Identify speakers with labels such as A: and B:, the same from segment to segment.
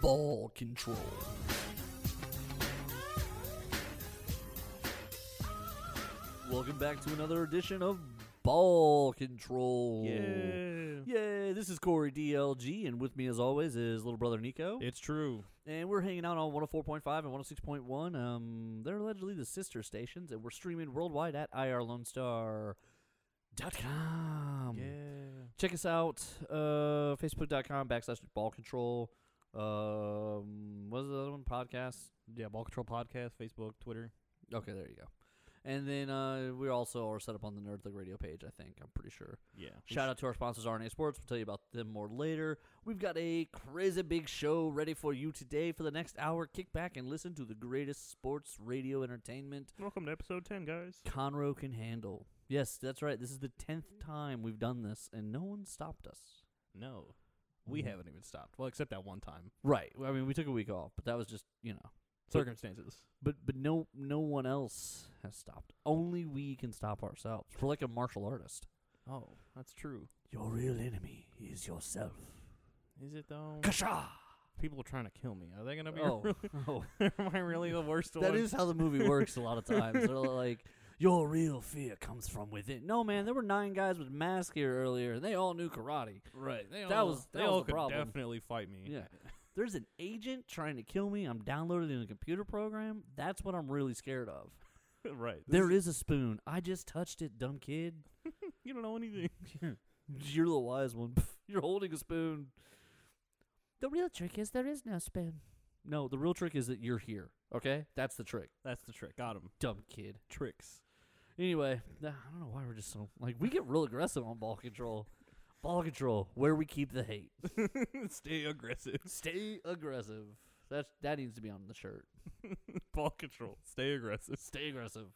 A: Ball control. Welcome back to another edition of Ball Control.
B: Yeah.
A: Yay, this is Corey DLG, and with me as always is little brother Nico.
B: It's true.
A: And we're hanging out on 104.5 and 106.1. Um, they're allegedly the sister stations, and we're streaming worldwide at irlonestar.com. Um, Check us out, uh, facebook.com backslash ball control. Um, what is the other one? Podcast?
B: Yeah, Ball Control Podcast, Facebook, Twitter.
A: Okay, there you go. And then uh, we also are set up on the Nerd Thug Radio page, I think. I'm pretty sure.
B: Yeah.
A: Shout out to our sponsors, RNA Sports. We'll tell you about them more later. We've got a crazy big show ready for you today. For the next hour, kick back and listen to the greatest sports radio entertainment
B: Welcome to episode 10, guys.
A: Conroe can handle. Yes, that's right. This is the 10th time we've done this, and no one stopped us.
B: No. We
A: Mm.
B: haven't even stopped. Well, except that one time.
A: Right. I mean, we took a week off, but that was just, you know.
B: Circumstances.
A: But but no no one else has stopped. Only we can stop ourselves. We're like a martial artist.
B: Oh, that's true.
A: Your real enemy is yourself.
B: Is it though?
A: Kasha!
B: People are trying to kill me. Are they going to be?
A: Oh, oh.
B: Am I really the worst
A: That
B: one?
A: is how the movie works a lot of times. They're like, your real fear comes from within. No, man, there were nine guys with masks here earlier, and they all knew karate.
B: right. They
A: That
B: all,
A: was- that
B: they
A: was
B: all
A: the
B: could
A: problem.
B: definitely fight me.
A: Yeah. There's an agent trying to kill me. I'm downloaded in a computer program. That's what I'm really scared of.
B: right. This
A: There is
B: is-
A: a spoon. I just touched it, dumb kid.
B: You don't know anything.
A: You're the wise one. You're holding a spoon. The real trick is there is no spoon. No, the real trick is that you're here. Okay? That's the trick,
B: That's the trick. Got him.
A: dumb kid.
B: Tricks.
A: Anyway, nah, I don't know why we're just so like we get real aggressive on ball control. Ball control, where we keep the hate.
B: Stay aggressive.
A: Stay aggressive. That's that needs to be on the shirt.
B: Ball control. Stay aggressive.
A: Stay aggressive.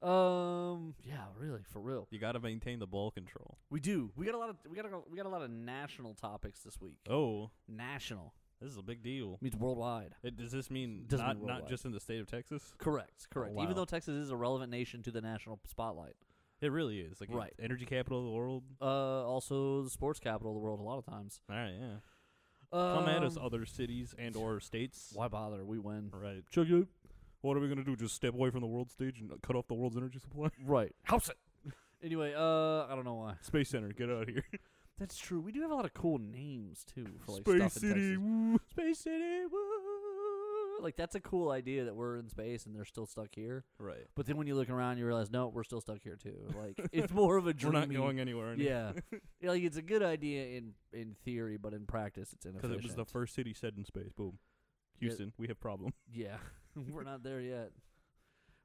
A: Um, yeah, really, for real.
B: You got to maintain the ball control.
A: We do. We got a lot of we got a, we got a lot of national topics this week.
B: Oh,
A: National
B: this is a big deal.
A: means worldwide.
B: It, does this mean
A: Doesn't
B: not
A: mean
B: not
A: worldwide.
B: just in the state of Texas?
A: Correct, correct.
B: wow.
A: Even though Texas is a relevant nation to the national spotlight,
B: It really is like
A: Right.
B: it's energy capital of the world.
A: uh, also the sports capital of the world. A lot of times,
B: All right, yeah. Come at us,
A: Um,
B: other cities and or states.
A: Why bother? We win.
B: Right.
A: Check it.
B: What are we gonna do? Just step away from the world stage and cut off the world's energy supply?
A: Right. House it. Anyway, uh, I don't know why.
B: Space Center, get out of here.
A: That's true. We do have a lot of cool names too for like
B: Space
A: stuff in
B: City.
A: Texas.
B: Woo.
A: Space City. woo. Like that's a cool idea that we're in space and they're still stuck here.
B: Right.
A: But then when you look around, you realize no, we're still stuck here too. Like it's more of a
B: We're
A: dreamy.
B: not going anywhere. any-
A: Yeah. Yeah, like it's a good idea in in theory, but in practice, it's
B: Because
A: inefficient.
B: it was the first city said in space. Boom.
A: Yeah.
B: Houston, we have problem.
A: Yeah, we're not there yet.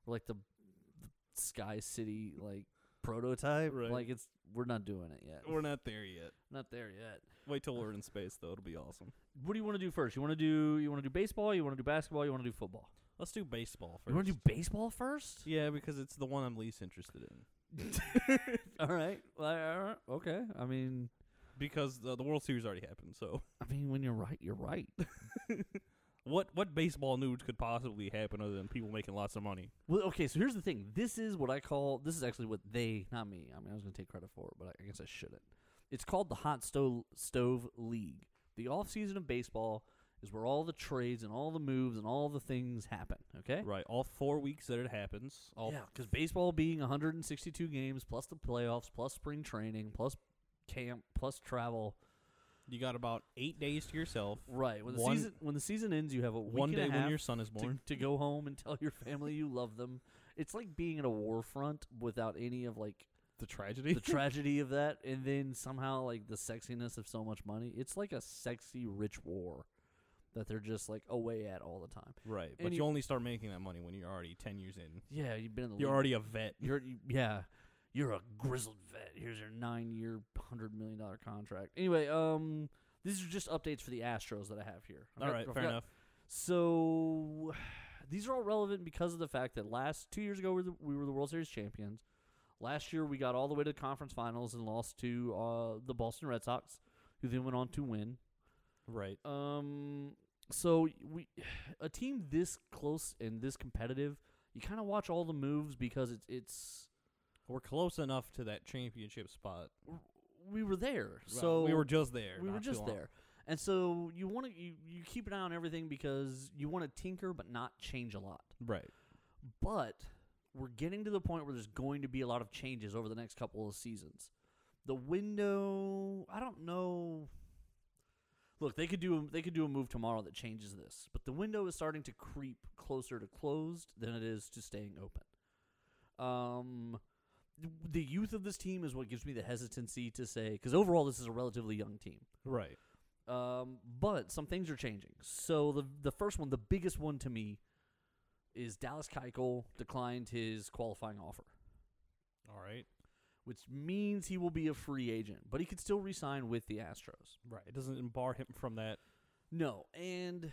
A: We're like the, the Sky City like prototype.
B: Right.
A: Like it's we're not doing it yet.
B: We're not there yet.
A: not there yet.
B: Wait till we're in space, though. It'll be awesome.
A: What do you want to do first? You want to do you want to do baseball? You want to do basketball? You want to do football?
B: Let's do baseball first.
A: You want to do baseball first?
B: yeah, because it's the one I'm least interested in.
A: All right. Well, all right. Okay. I mean,
B: Because the, the World Series already happened, so
A: I mean, when you're right, you're right.
B: what what baseball news could possibly happen other than people making lots of money?
A: Well, okay. So here's the thing. This is what I call. This is actually what they, not me. I mean, I was going to take credit for it, but I, I guess I shouldn't. It's called the Hot Stove Stove League. The off season of baseball is where all the trades and all the moves and all the things happen. Okay.
B: Right, all four weeks that it happens. All
A: Eh. Yeah, because baseball being 162 games plus the playoffs plus spring training plus camp plus travel.
B: you got about eight days to yourself.
A: Right when the
B: One-
A: season when the season ends, you have a week
B: One
A: and a
B: day when
A: half
B: your son is
A: to-
B: born.
A: to, go home and tell your family you love them. It's like being at a war front without any of like
B: The tragedy.
A: the tragedy of that, and then somehow like the sexiness of so much money. It's like a sexy rich war that they're just like away at all the time.
B: right, but
A: Any-
B: you only start making that money when you're already ten years in.
A: Yeah, you've been in the
B: You're
A: league.
B: already a vet.
A: you're you- yeah, you're a grizzled vet. Here's your nine year, hundred million dollar contract. Anyway, um, these are just updates for the Astros that I have here. I've
B: All
A: got-
B: right,
A: I've
B: fair
A: got-
B: enough.
A: So these are all relevant because of the fact that last two years ago we were the, we were the World Series champions. Last year we got all the way to the conference finals and lost to uh, the Boston Red Sox, who then went on to win.
B: Right.
A: Um, so we a team this close and this competitive, you kind of watch all the moves because it's it's
B: We're close enough to that championship spot.
A: we were there,
B: Well,
A: so
B: we were just there.
A: we were
B: not too
A: just
B: long.
A: there. And so you want to you, you keep an eye on everything because you want to tinker but not change a lot.
B: Right.
A: But we're getting to the point where there's going to be a lot of changes over the next couple of seasons. The window, I don't know. Look, they could do a, they could do a move tomorrow that changes this, but the window is starting to creep closer to closed than it is to staying open. Um, the youth of this team is what gives me the hesitancy to say because overall this is a relatively young team.
B: Right.
A: Um, but some things are changing. So the the first one, the biggest one to me, is Dallas Keuchel declined his qualifying offer,
B: All right.
A: which means he will be a free agent, but he could still re-sign with the Astros.
B: Right. It doesn't bar him from that.
A: No, and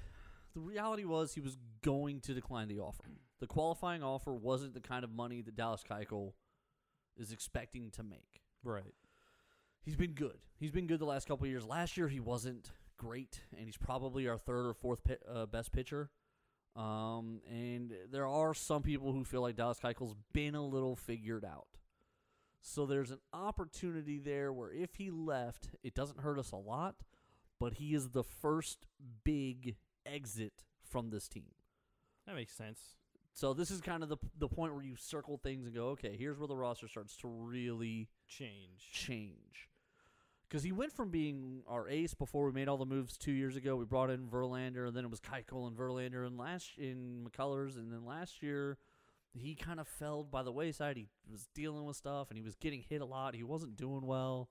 A: the reality was he was going to decline the offer. The qualifying offer wasn't the kind of money that Dallas Keuchel is expecting to make.
B: Right.
A: He's been good. He's been good the last couple of years. Last year he wasn't great, and he's probably our third or fourth pi- uh, best pitcher. Um, and there are some people who feel like Dallas Keuchel's been a little figured out. So there's an opportunity there where if he left, it doesn't hurt us a lot, but he is the first big exit from this team.
B: That makes sense.
A: So this is kind of the the point where you circle things and go, okay, here's where the roster starts to really
B: Change.
A: change. Because he went from being our ace before we made all the moves two years ago. We brought in Verlander, and then it was Keuchel and Verlander, and last in McCullers, and then last year he kind of fell by the wayside. He was dealing with stuff, and he was getting hit a lot. He wasn't doing well,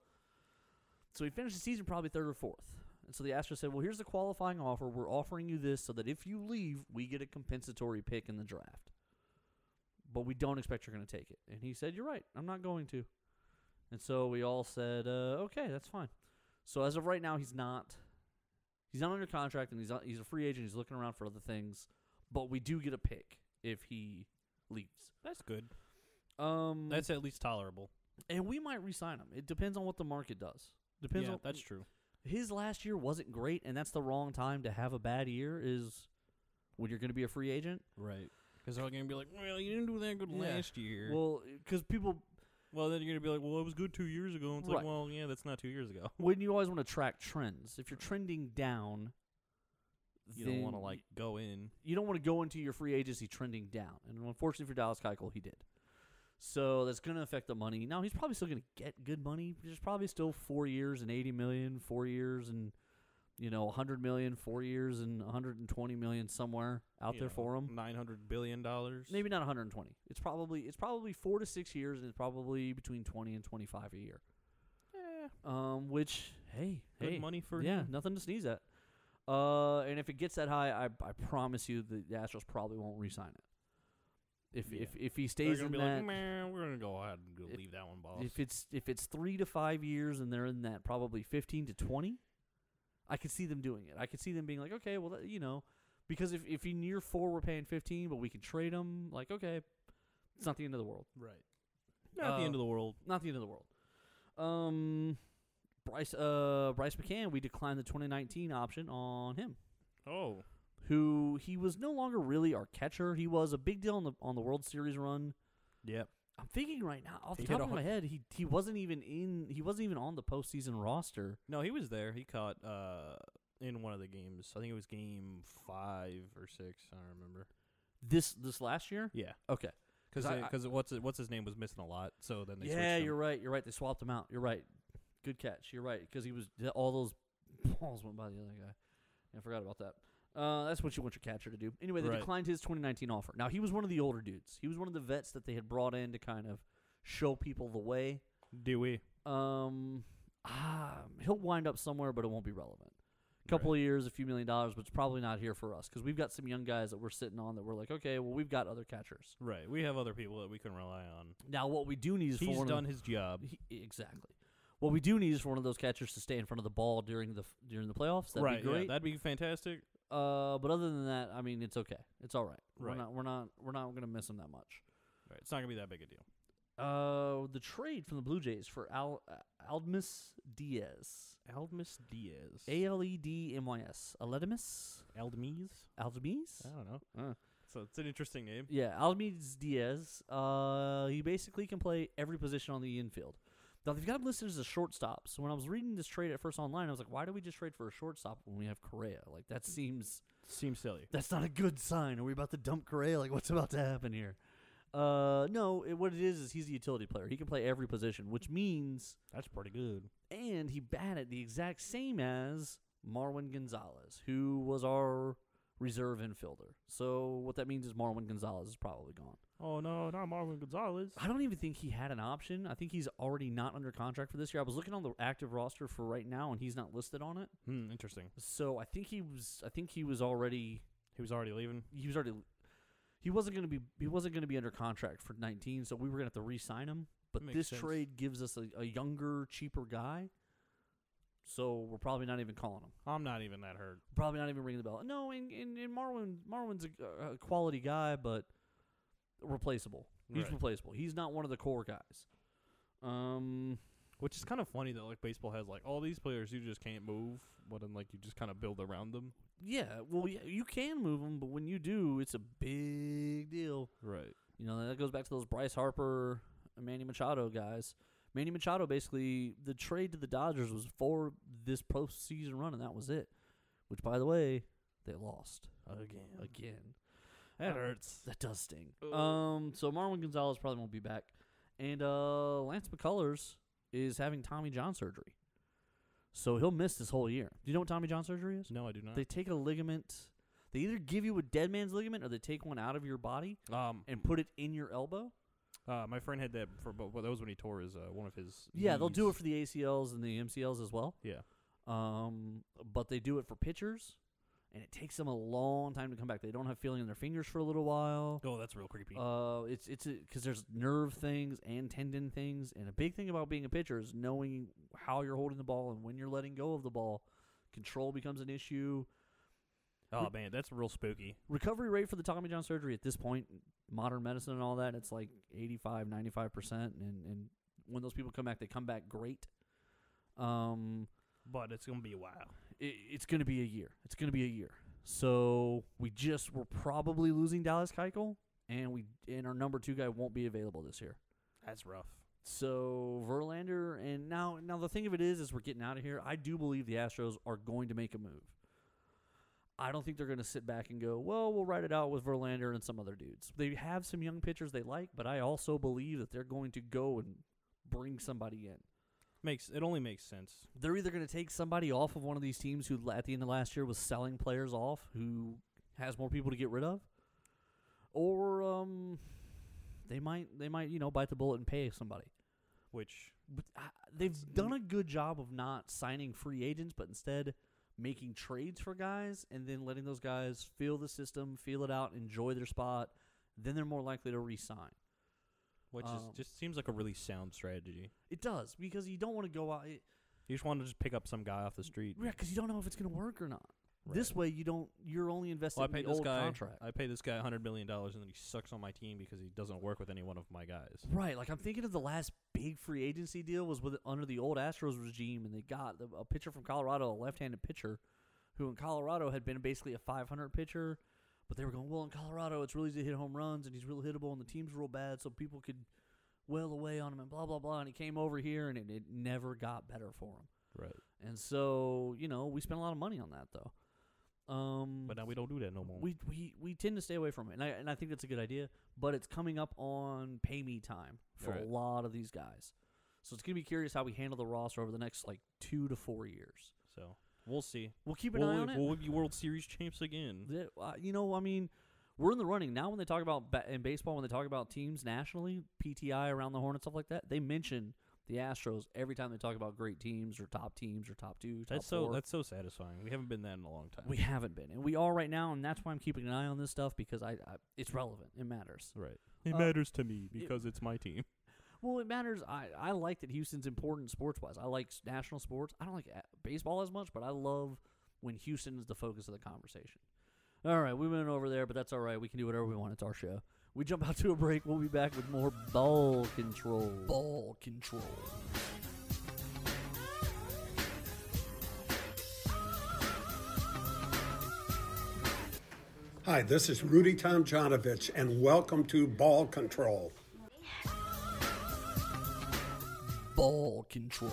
A: so he finished the season probably third or fourth. And so the Astros said, "Well, here's the qualifying offer. We're offering you this so that if you leave, we get a compensatory pick in the draft, but we don't expect you're going to take it." And he said, "You're right. I'm not going to." And so we all said, uh, okay, that's fine. So as of right now, he's not. He's not under contract, and he's not, he's a free agent. He's looking around for other things, but we do get a pick if he leaves.
B: That's good.
A: Um,
B: That's at least tolerable.
A: and we might re-sign him. It depends on what the market does. Depends
B: yeah,
A: on
B: that's true.
A: his last year wasn't great, and that's the wrong time to have a bad year. Is when you're going to be a free agent.
B: Right. Because they're going to be like, well, you didn't do that good
A: Yeah.
B: last year. Well,
A: Well, because people
B: then you're going to be like, well, it was good two years ago. And it's
A: Right.
B: like, well, yeah, that's not two years ago.
A: when you always want to track trends. If you're trending down,
B: You don't want to
A: then
B: like go in.
A: you don't want to go into your free agency trending down. And unfortunately for Dallas Keuchel, he did. So that's going to affect the money. Now he's probably still going to get good money. There's probably still four years and eighty million, four years and you know a hundred million, four years and a hundred and twenty million somewhere out
B: you
A: there
B: know,
A: for him.
B: Nine hundred billion dollars.
A: Maybe not 120. It's probably it's probably four to six years, and it's probably between 20 and 25 a year.
B: Eh,
A: Um, which hey,
B: good
A: hey,
B: money for
A: yeah,
B: him.
A: nothing to sneeze at. Uh, and if it gets that high, I I promise you the, the Astros probably won't re-sign it. If
B: Yeah.
A: if if he
B: They're
A: stays
B: gonna
A: in
B: be
A: that,
B: like, man, we're gonna go ahead and go
A: If-
B: leave that one, boss.
A: if it's if it's three to five years and they're in that probably fifteen to twenty, I could see them doing it. I could see them being like, okay, well, that- you know, because if if in year four we're paying fifteen, but we can trade him, like, okay, it's not the end of the world.
B: right, not the
A: Uh,
B: end of the world.
A: Not the end of the world. Um, Bryce uh Bryce McCann, we declined the twenty nineteen option on him.
B: Oh,
A: who he was no longer really our catcher. He was a big deal on the on the World Series run.
B: yep.
A: I'm thinking right now, off the
B: He hit
A: top
B: a
A: of
B: hun-
A: my head, he he wasn't even in. He wasn't even on the postseason roster.
B: No, he was there. He caught uh in one of the games. I think it was game five or six. I don't remember.
A: This this last year.
B: Yeah,
A: Okay. 'Cause
B: because
A: I- I-
B: because what's it- what's his name was missing a lot. So then they
A: yeah,
B: switched him.
A: you're right. You're right. They swapped him out. You're right. Good catch. You're right because he was th- all those balls went by the other guy. I forgot about that. Uh, that's what you want your catcher to do. Anyway, they
B: Right.
A: declined his 2019 offer. Now he was one of the older dudes. He was one of the vets that they had brought in to kind of show people the way.
B: Dewey.
A: Um, ah, he'll wind up somewhere, but it won't be relevant. A couple of years, a few million dollars, but it's probably not here for us because we've got some young guys that we're sitting on that we're like, okay, well, we've got other catchers.
B: Right, we have other people that we can rely on.
A: Now, what we do need is for
B: He's
A: one
B: done
A: Of,
B: his job.
A: he- e, exactly. What we do need is for one of those catchers to stay in front of the ball during the f- during the playoffs. That'd
B: right,
A: be
B: yeah,
A: great.
B: that'd be fantastic.
A: uh, but other than that, I mean, it's okay. It's all right. We're
B: Right.
A: not we're not we're not gonna miss him that much.
B: Right, it's not gonna be that big a deal.
A: Uh, the trade from the Blue Jays for Al uh, Aldmis Diaz,
B: Aldmis Diaz.
A: A L E D M Y S, Aledimus.
B: Aldmis.
A: Aldemis?
B: I don't know.
A: Uh.
B: So it's an interesting name.
A: Yeah, Aldemis Diaz. Uh, he basically can play every position on the infield. Now they've got him listed as a shortstop. So when I was reading this trade at first online, I was like, why do we just trade for a shortstop when we have Correa? Like that seems
B: Seems silly.
A: that's not a good sign. Are we about to dump Correa? Like what's about to happen here? Uh, no. It, what it is is he's a utility player. He can play every position, which means
B: That's pretty good.
A: and he batted the exact same as Marwin Gonzalez, who was our reserve infielder. So what that means is Marwin Gonzalez is probably gone.
B: Oh no, not Marvin Gonzalez.
A: I don't even think he had an option. I think he's already not under contract for this year. I was looking on the active roster for right now, and he's not listed on it.
B: Hmm, interesting.
A: So I think he was. I think he was already.
B: He was already leaving.
A: He was already. He wasn't going to be. He wasn't going to be under contract for 19. So we were going to have to re-sign him. But
B: Makes
A: this
B: sense.
A: trade gives us a, a younger, cheaper guy. So we're probably not even calling him.
B: I'm not even that hurt.
A: Probably not even ringing the bell. No, and and, and Marwin Marwin's a, a quality guy, but replaceable. He's
B: Right.
A: replaceable. He's not one of the core guys. Um,
B: Which is kind of funny that like baseball has like all these players you just can't move, but then like you just kind of build around them.
A: yeah. Well, yeah, you can move him, but when you do, it's a big deal.
B: Right.
A: You know that goes back to those Bryce Harper, Manny Machado guys. Manny Machado basically the trade to the Dodgers was for this postseason run, and that was it. Which, by the way, they lost
B: Again.
A: again.
B: That
A: Um,
B: hurts.
A: That does sting.
B: Ugh.
A: Um, so Marwin Gonzalez probably won't be back, and uh, Lance McCullers is having Tommy John surgery, so he'll miss this whole year. Do you know what Tommy John surgery is?
B: No, I do not.
A: They take a ligament. They either give you a dead man's ligament or they take one out of your body
B: um,
A: and put it in your elbow.
B: uh, my friend had that for, but but that was when he tore his uh, one of his.
A: Yeah, they'll do it
B: knees.
A: for the ACLs and the MCLs as well.
B: Yeah.
A: Um, but they do it for pitchers, and it takes them a long time to come back. They don't have feeling in their fingers for a little while.
B: Oh, that's real creepy.
A: Uh, it's it's because there's nerve things and tendon things, and a big thing about being a pitcher is knowing how you're holding the ball and when you're letting go of the ball. Control becomes an issue.
B: oh man, that's real spooky.
A: Recovery rate for the Tommy John surgery at this point, modern medicine and all that, it's like 85, 95 percent, and and when those people come back, they come back great. Um,
B: But it's gonna be a while.
A: it, it's going to be a year. It's going to be a year. So we just we're probably losing Dallas Keuchel, and we and our number two guy won't be available this year.
B: That's rough.
A: So Verlander and now now the thing of it is is we're getting out of here. I do believe the Astros are going to make a move. I don't think they're going to sit back and go, well, we'll write it out with Verlander and some other dudes. They have some young pitchers they like, but I also believe that they're going to go and bring somebody in.
B: Makes it only makes sense.
A: They're either going to take somebody off of one of these teams who la- at the end of last year was selling players off, who has more people to get rid of, or um, they might they might you know bite the bullet and pay somebody
B: Which
A: but uh, they've done
B: mm
A: a good job of not signing free agents, but instead making trades for guys and then letting those guys feel the system, feel it out, enjoy their spot. Then they're more likely to re-sign.
B: which
A: Um,
B: is just seems like a really sound strategy.
A: It does because you don't want to go out. It,
B: You just want to just pick up some guy off the street.
A: yeah, because you don't know if it's going to work or not. This way, you don't. You're only invested
B: Well, I
A: in
B: paid
A: the
B: this
A: old
B: guy.
A: contract.
B: I pay this guy hundred million dollars, and then he sucks on my team because he doesn't work with any one of my guys.
A: Right, like I'm thinking of the last big free agency deal was with under the old Astros regime, and they got the, a pitcher from Colorado, a left-handed pitcher, who in Colorado had been basically a 500 pitcher, but they were going well in Colorado. It's really easy to hit home runs, and he's real hittable, and the team's real bad, so people could well away on him, and blah blah blah. And he came over here, and it, it never got better for him.
B: Right.
A: And so you know we spent a lot of money on that though. Um,
B: But now we don't do that no more.
A: we we we tend to stay away from it, and I and I think that's a good idea. But it's coming up on pay me time for a
B: Right.
A: lot of these guys, so it's gonna be curious how we handle the roster over the next like two to four years.
B: so we'll see.
A: We'll keep an
B: Will
A: eye
B: we,
A: on it.
B: will we be World Series champs again?
A: Th- uh, you know, I mean, we're in the running now. When they talk about ba- in baseball, when they talk about teams nationally, PTI around the horn and stuff like that, they mention the Astros every time they talk about great teams or top teams or top two. Top
B: That's so.
A: four.
B: That's so satisfying. We haven't been that in a long time.
A: we haven't been, and we are right now, and that's why I'm keeping an eye on this stuff because I, I it's relevant. It matters.
B: right. It
A: Uh,
B: matters to me because it's my team.
A: Well, it matters. I, I like that Houston's important sports wise. I like s- national sports. I don't like a- baseball as much, but I love when Houston is the focus of the conversation. All right, we went over there, but that's all right. We can do whatever we want. It's our show. We jump out to a break. We'll be back with more ball control. Ball control.
C: Hi, this is Rudy Tomjanovich, and welcome to Ball Control.
A: ball control.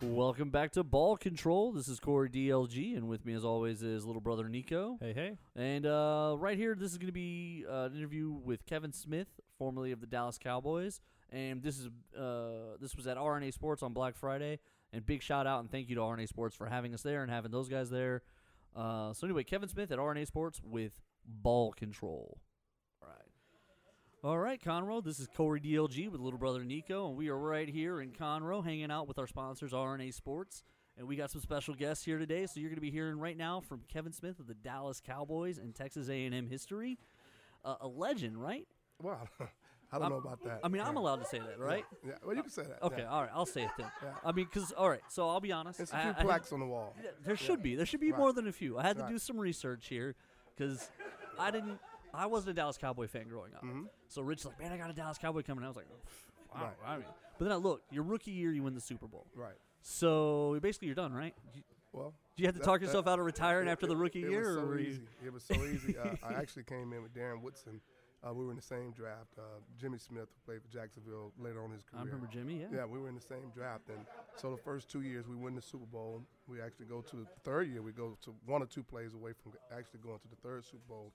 A: Welcome back to Ball Control. This is Corey DLG, and with me, as always, is little brother Nico.
B: Hey, hey.
A: And uh, right here, this is going to be uh, an interview with Kevin Smith, formerly of the Dallas Cowboys, and this is uh, this was at RNA Sports on Black Friday. And big shout out and thank you to RNA Sports for having us there and having those guys there. Uh, so anyway, Kevin Smith at RNA Sports with ball control. All right, all right, Conroe. This is Corey DLG with little brother Nico, and we are right here in Conroe hanging out with our sponsors RNA Sports. And we got some special guests here today, so you're going to be hearing right now from Kevin Smith of the Dallas Cowboys and Texas A&M history, uh, a legend, right?
D: Well, I don't know about that.
A: I mean, I'm
D: Yeah.
A: allowed to say that, right?
D: Yeah, well, you can say that.
A: Okay,
D: yeah.
A: all right, I'll say it then.
D: Yeah.
A: I mean, because all right, so I'll be honest.
D: It's a
A: I-
D: few
A: I had-
D: plaques on the wall.
A: Yeah, There should be. There should be
D: Right.
A: more than a few. I had to
D: Right.
A: do some research here because I didn't. I wasn't a Dallas Cowboy fan growing up. So Rich's like, man, I got a Dallas Cowboy coming. I was like, "Pff, wow.
D: Mm-hmm. Right.
A: I mean, but then I look. Your rookie year, you win the Super Bowl.
D: Right.
A: So basically, you're done, right? Do you,
D: Well,
A: do you have to
D: that-
A: talk
D: that-
A: yourself out of retiring
D: it-
A: after the
D: it-
A: rookie
D: it
A: year,
D: Was
A: or
D: so
A: were you-
D: easy. It was so easy. Uh, I actually came in with Darren Woodson. Uh, we were in the same draft. Uh, Jimmy Smith, who played for Jacksonville later on in his
A: I
D: career.
A: remember Jimmy. Yeah.
D: Yeah, we were in the same draft, and so the first two years we win the Super Bowl. We actually go to the third year. We go to one or two plays away from actually going to the third Super Bowl.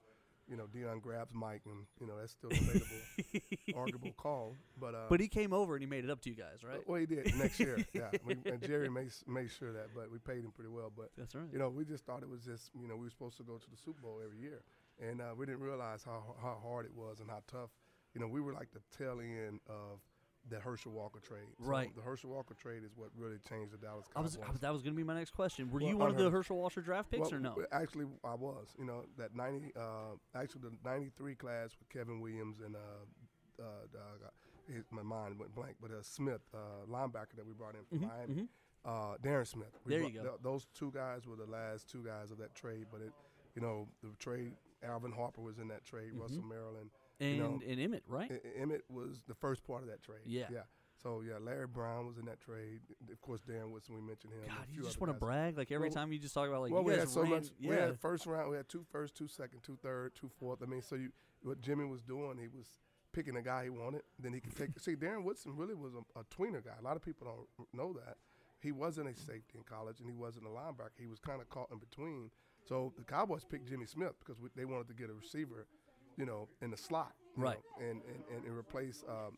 D: You know, Dion grabs Mike, and you know that's still debatable, arguable call. But uh,
A: But he came over and he made it up to you guys, right?
D: well, he did next year. Yeah, we, and Jerry made s- made sure that, but we paid him pretty well. But
A: That's right.
D: you know, we just thought it was just you know we were supposed to go to the Super Bowl every year, and uh, we didn't realize how how hard it was and how tough. You know, we were like the tail end of the Herschel Walker trade. So
A: Right.
D: The Herschel Walker trade is what really changed the Dallas
A: I
D: Cowboys.
A: was, I was. That was going to be my next question. Were
D: Well,
A: you
D: I
A: one of the
D: heard-
A: Herschel Walker draft picks,
D: Well,
A: or no?
D: w- Actually, I was. You know, that ninety, uh, actually the '93 class with Kevin Williams and uh, uh, dog, uh, his, my mind went blank, but uh, Smith, uh, linebacker that we brought in from Miami, Uh, Darren Smith.
A: Mm-hmm,
D: We
A: There
D: brought-
A: you go.
D: th- those two guys were the last two guys of that trade, but it, you know, the trade. Alvin Harper was in that trade.
A: Mm-hmm.
D: Russell Maryland.
A: and
D: you know,
A: and Emmett, right?
D: E- E- Emmett was the first part of that trade.
A: Yeah.
D: Yeah. So yeah, Larry Brown was in that trade. Of course, Darren Woodson. We mentioned him. and a
A: God, you
D: few
A: just
D: other
A: want to
D: guys.
A: brag like every
D: Well,
A: time you just talk about like
D: Well,
A: you
D: we
A: guys
D: had so
A: ran-
D: much.
A: Yeah.
D: We had first round. We had two first, two second, two third, two fourth. I mean, so you what Jimmy was doing, he was picking the guy he wanted. Then he could take. see, Darren Woodson really was a, a tweener guy. A lot of people don't know that he wasn't a safety in college, and he wasn't a linebacker. He was kind of caught in between. So the Cowboys picked Jimmy Smith because we, they wanted to get a receiver, you know, in the slot, you
A: Right.
D: know, and, and and and replace um,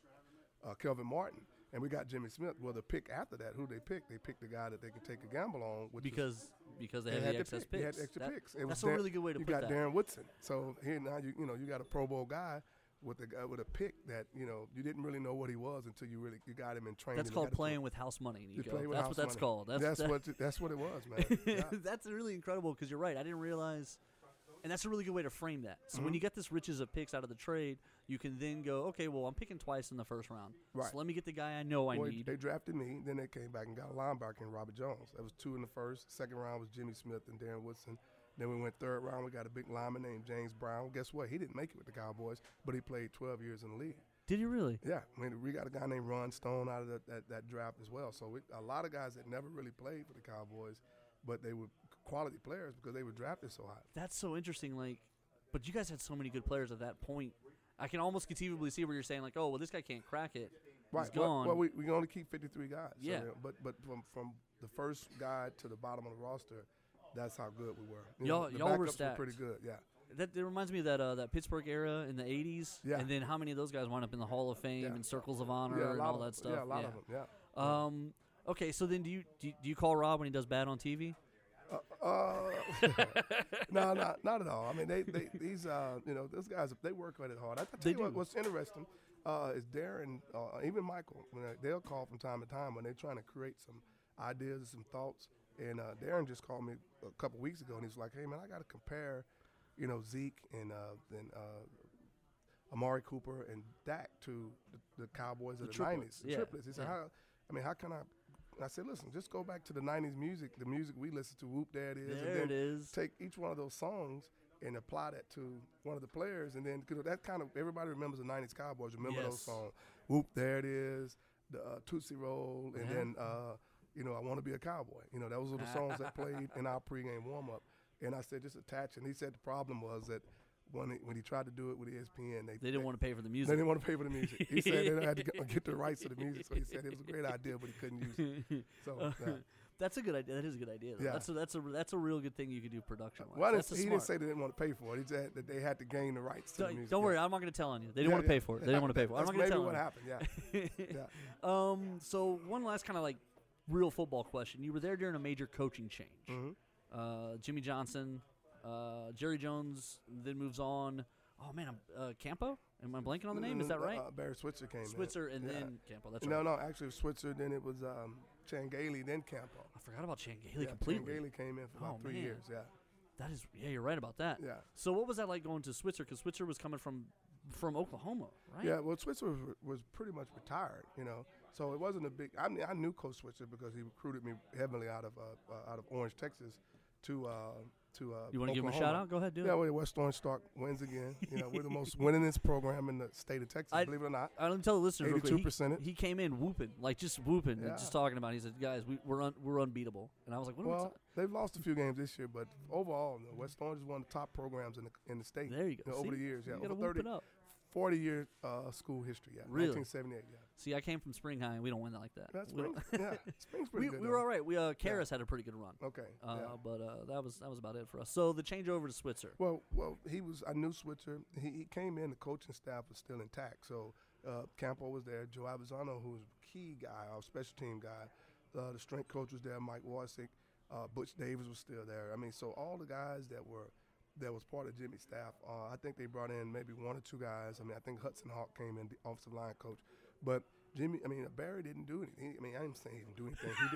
D: uh, Kelvin Martin. And we got Jimmy Smith. Well, the pick after that, who they picked? They picked the guy that they could take a gamble on, which was
A: because because they, have
D: had
A: the
D: to
A: excess
D: pick. They
A: picks.
D: had extra
A: That-
D: picks. It was
A: that's a
D: Dar-
A: really good way to
D: you
A: put
D: got
A: that.
D: Darren Woodson. So here now you you know you got a Pro Bowl guy with a guy with a pick that you know you didn't really know what he was until you really you got him in training.
A: that's
D: and
A: called
D: got him to-
A: playing with house money,
D: you
A: Nico.
D: play with
A: that's what
D: house
A: that's
D: money.
A: called. That's, that-
D: what that's what it was, man. Yeah.
A: that's really incredible because you're right. I didn't realize, and that's a really good way to frame that. So
D: Mm-hmm.
A: when you get this riches of picks out of the trade, you can then go, okay, well, I'm picking twice in the first round,
D: Right.
A: so let me get the guy I know I
D: Well,
A: need.
D: They drafted me. Then they came back and got a linebacker and Robert Jones. That was two in the first. Second round was Jimmy Smith and Darren Woodson. Then we went third round. We got a big lineman named James Brown. Guess what? He didn't make it with the Cowboys, but he played 12 years in the league.
A: Did he really?
D: Yeah, I mean, we got a guy named Ron Stone out of that, that, that draft as well. So we, a lot of guys that never really played for the Cowboys, but they were quality players because they were drafted so high.
A: That's so interesting. Like, but you guys had so many good players at that point. I can almost conceivably see where you're saying like, oh, well, this guy can't crack it. He's
D: well-
A: gone.
D: Well, we, we can only keep 53 guys. So,
A: Yeah.
D: you know, but but from, from the first guy to the bottom of the roster, that's how good we were.
A: Y'all-
D: the
A: y'all were
D: backups
A: stacked.
D: pretty good, yeah.
A: That it reminds me of that uh, that Pittsburgh era in the '80s,
D: Yeah.
A: and then how many of those guys wound up in the Hall of Fame
D: Yeah.
A: and circles of honor
D: yeah, a
A: and
D: lot
A: all
D: of
A: that
D: them.
A: stuff.
D: Yeah, a lot of them, yeah.
A: Um, okay, so then do you, do you do you call Rob when he does bad on TV?
D: Uh, no, not not at all. I mean, they, they these uh, you know those guys they work at it hard. I, I tell
A: They
D: you what,
A: do.
D: what's interesting uh, is Darren, uh, even Michael, when they- they'll call from time to time when they're trying to create some ideas, some thoughts. And uh, Darren just called me a couple weeks ago, and he's like, "Hey man, I got to compare, you know, Zeke and uh, and uh, Amari Cooper and Dak to the, the Cowboys
A: The
D: of the
A: triplets,
D: nineties, the
A: yeah,
D: triplets." He said,
A: yeah.
D: "How? I mean, how can I?" And I said, "Listen, just go back to the '90s music, the music we listened to, Whoop Dad is, and
A: There
D: then
A: it is.
D: take each one of those songs and apply that to one of the players, and then cause that kind of everybody remembers the '90s Cowboys. Remember
A: Yes.
D: those songs? Whoop, there it is, the uh, Tootsie Roll, and
A: Yeah.
D: then uh, you know I want to be a cowboy. You know those were the songs that played in our pregame warm up. And I said just attach. And he said the problem was that when he, when he tried to do it with E ESPN, they
A: They didn't want to pay for the
D: they
A: music.
D: didn't want to pay for the music. He said they had to get, get the rights to the music, so he said it was a great idea, but he couldn't use it. So yeah.
A: that's a good idea. That is a good idea. though.
D: Yeah.
A: That's a, that's a that's a real good thing you could do production wise.
D: well, I didn't-
A: that's a
D: he
A: smart.
D: didn't say they didn't want to pay for it. He said that they had to gain the rights to the
A: don't,
D: music.
A: don't
D: yeah.
A: worry, I'm not going to tell on you. They didn't
D: Yeah,
A: want to
D: yeah.
A: pay for it. They didn't want to pay for it. I'm not
D: That's
A: going to
D: maybe
A: tell
D: what
A: on you.
D: happened. Yeah, yeah.
A: Um, so one last kind of like real football question. You were there during a major coaching change.
D: Mhm.
A: Uh, Jimmy Johnson, uh, Jerry Jones, then moves on. Oh man, I'm, uh, Campo. Am I blanking on the name? Is
D: Mm,
A: that right?
D: Uh, Barry Switzer came in.
A: Switzer and
D: yeah.
A: then Campo. That's
D: no,
A: right.
D: no. Actually, it was Switzer. Then it was um, Changaley. Then Campo.
A: I forgot about Changaley
D: Yeah,
A: completely.
D: Changaley came in for about
A: Oh,
D: three
A: man.
D: years. Yeah,
A: That is, yeah, you're right about that.
D: yeah,
A: So what was that like going to Switzer? Because Switzer was coming from from Oklahoma, right?
D: yeah. Well, Switzer was, was pretty much retired. You know, so it wasn't a big. I mean, I knew Coach Switzer because he recruited me heavily out of uh, uh, out of Orange, Texas, to uh, to. Uh,
A: You want to give him a shout out? Go ahead, do
D: Yeah,
A: it.
D: well, West Orange Stark wins again. You know, we're the most winningest program in the state of Texas.
A: I-
D: believe it or not.
A: All right, let me tell the listeners real quick.
D: 82% it.
A: He, he came in whooping, like just whooping, and
D: Yeah.
A: just talking about. It. He said, "Guys, we, we're un, we're unbeatable." And I was like, "What?"
D: Well, they've lost a few games this year, but overall, no, West Orange is one of the top programs in the in the
A: are
D: state.
A: we there you go.
D: you know, over
A: See?
D: the years, yeah,
A: you gotta
D: over
A: whoop
D: 30,
A: it up.
D: 40 year uh, school history. Yeah,
A: Really?
D: 1978. Yeah,
A: See, I came from Spring High, and we don't win that like that.
D: that's
A: We don't-
D: Springs. yeah, Springs pretty
A: we,
D: good.
A: we
D: though.
A: were all right. We uh, Karras had a pretty good run,
D: Okay.
A: uh,
D: yeah.
A: but uh, that was that was about it for us. So the changeover to Switzer.
D: Well, well, he was. I knew Switzer. He, he came in. The coaching staff was still intact. So uh, Campo was there. Joe Avisano, who was a key guy, our special team guy. Uh, the strength coach was there. Mike Warsick, uh, Butch Davis was still there. I mean, so all the guys that were that was part of Jimmy's staff. Uh, I think they brought in maybe one or two guys. I mean, I think Hudson Hawk came in, the offensive line coach, but. Jimmy, I mean, Barry didn't do anything. I mean, I didn't say he didn't do anything. He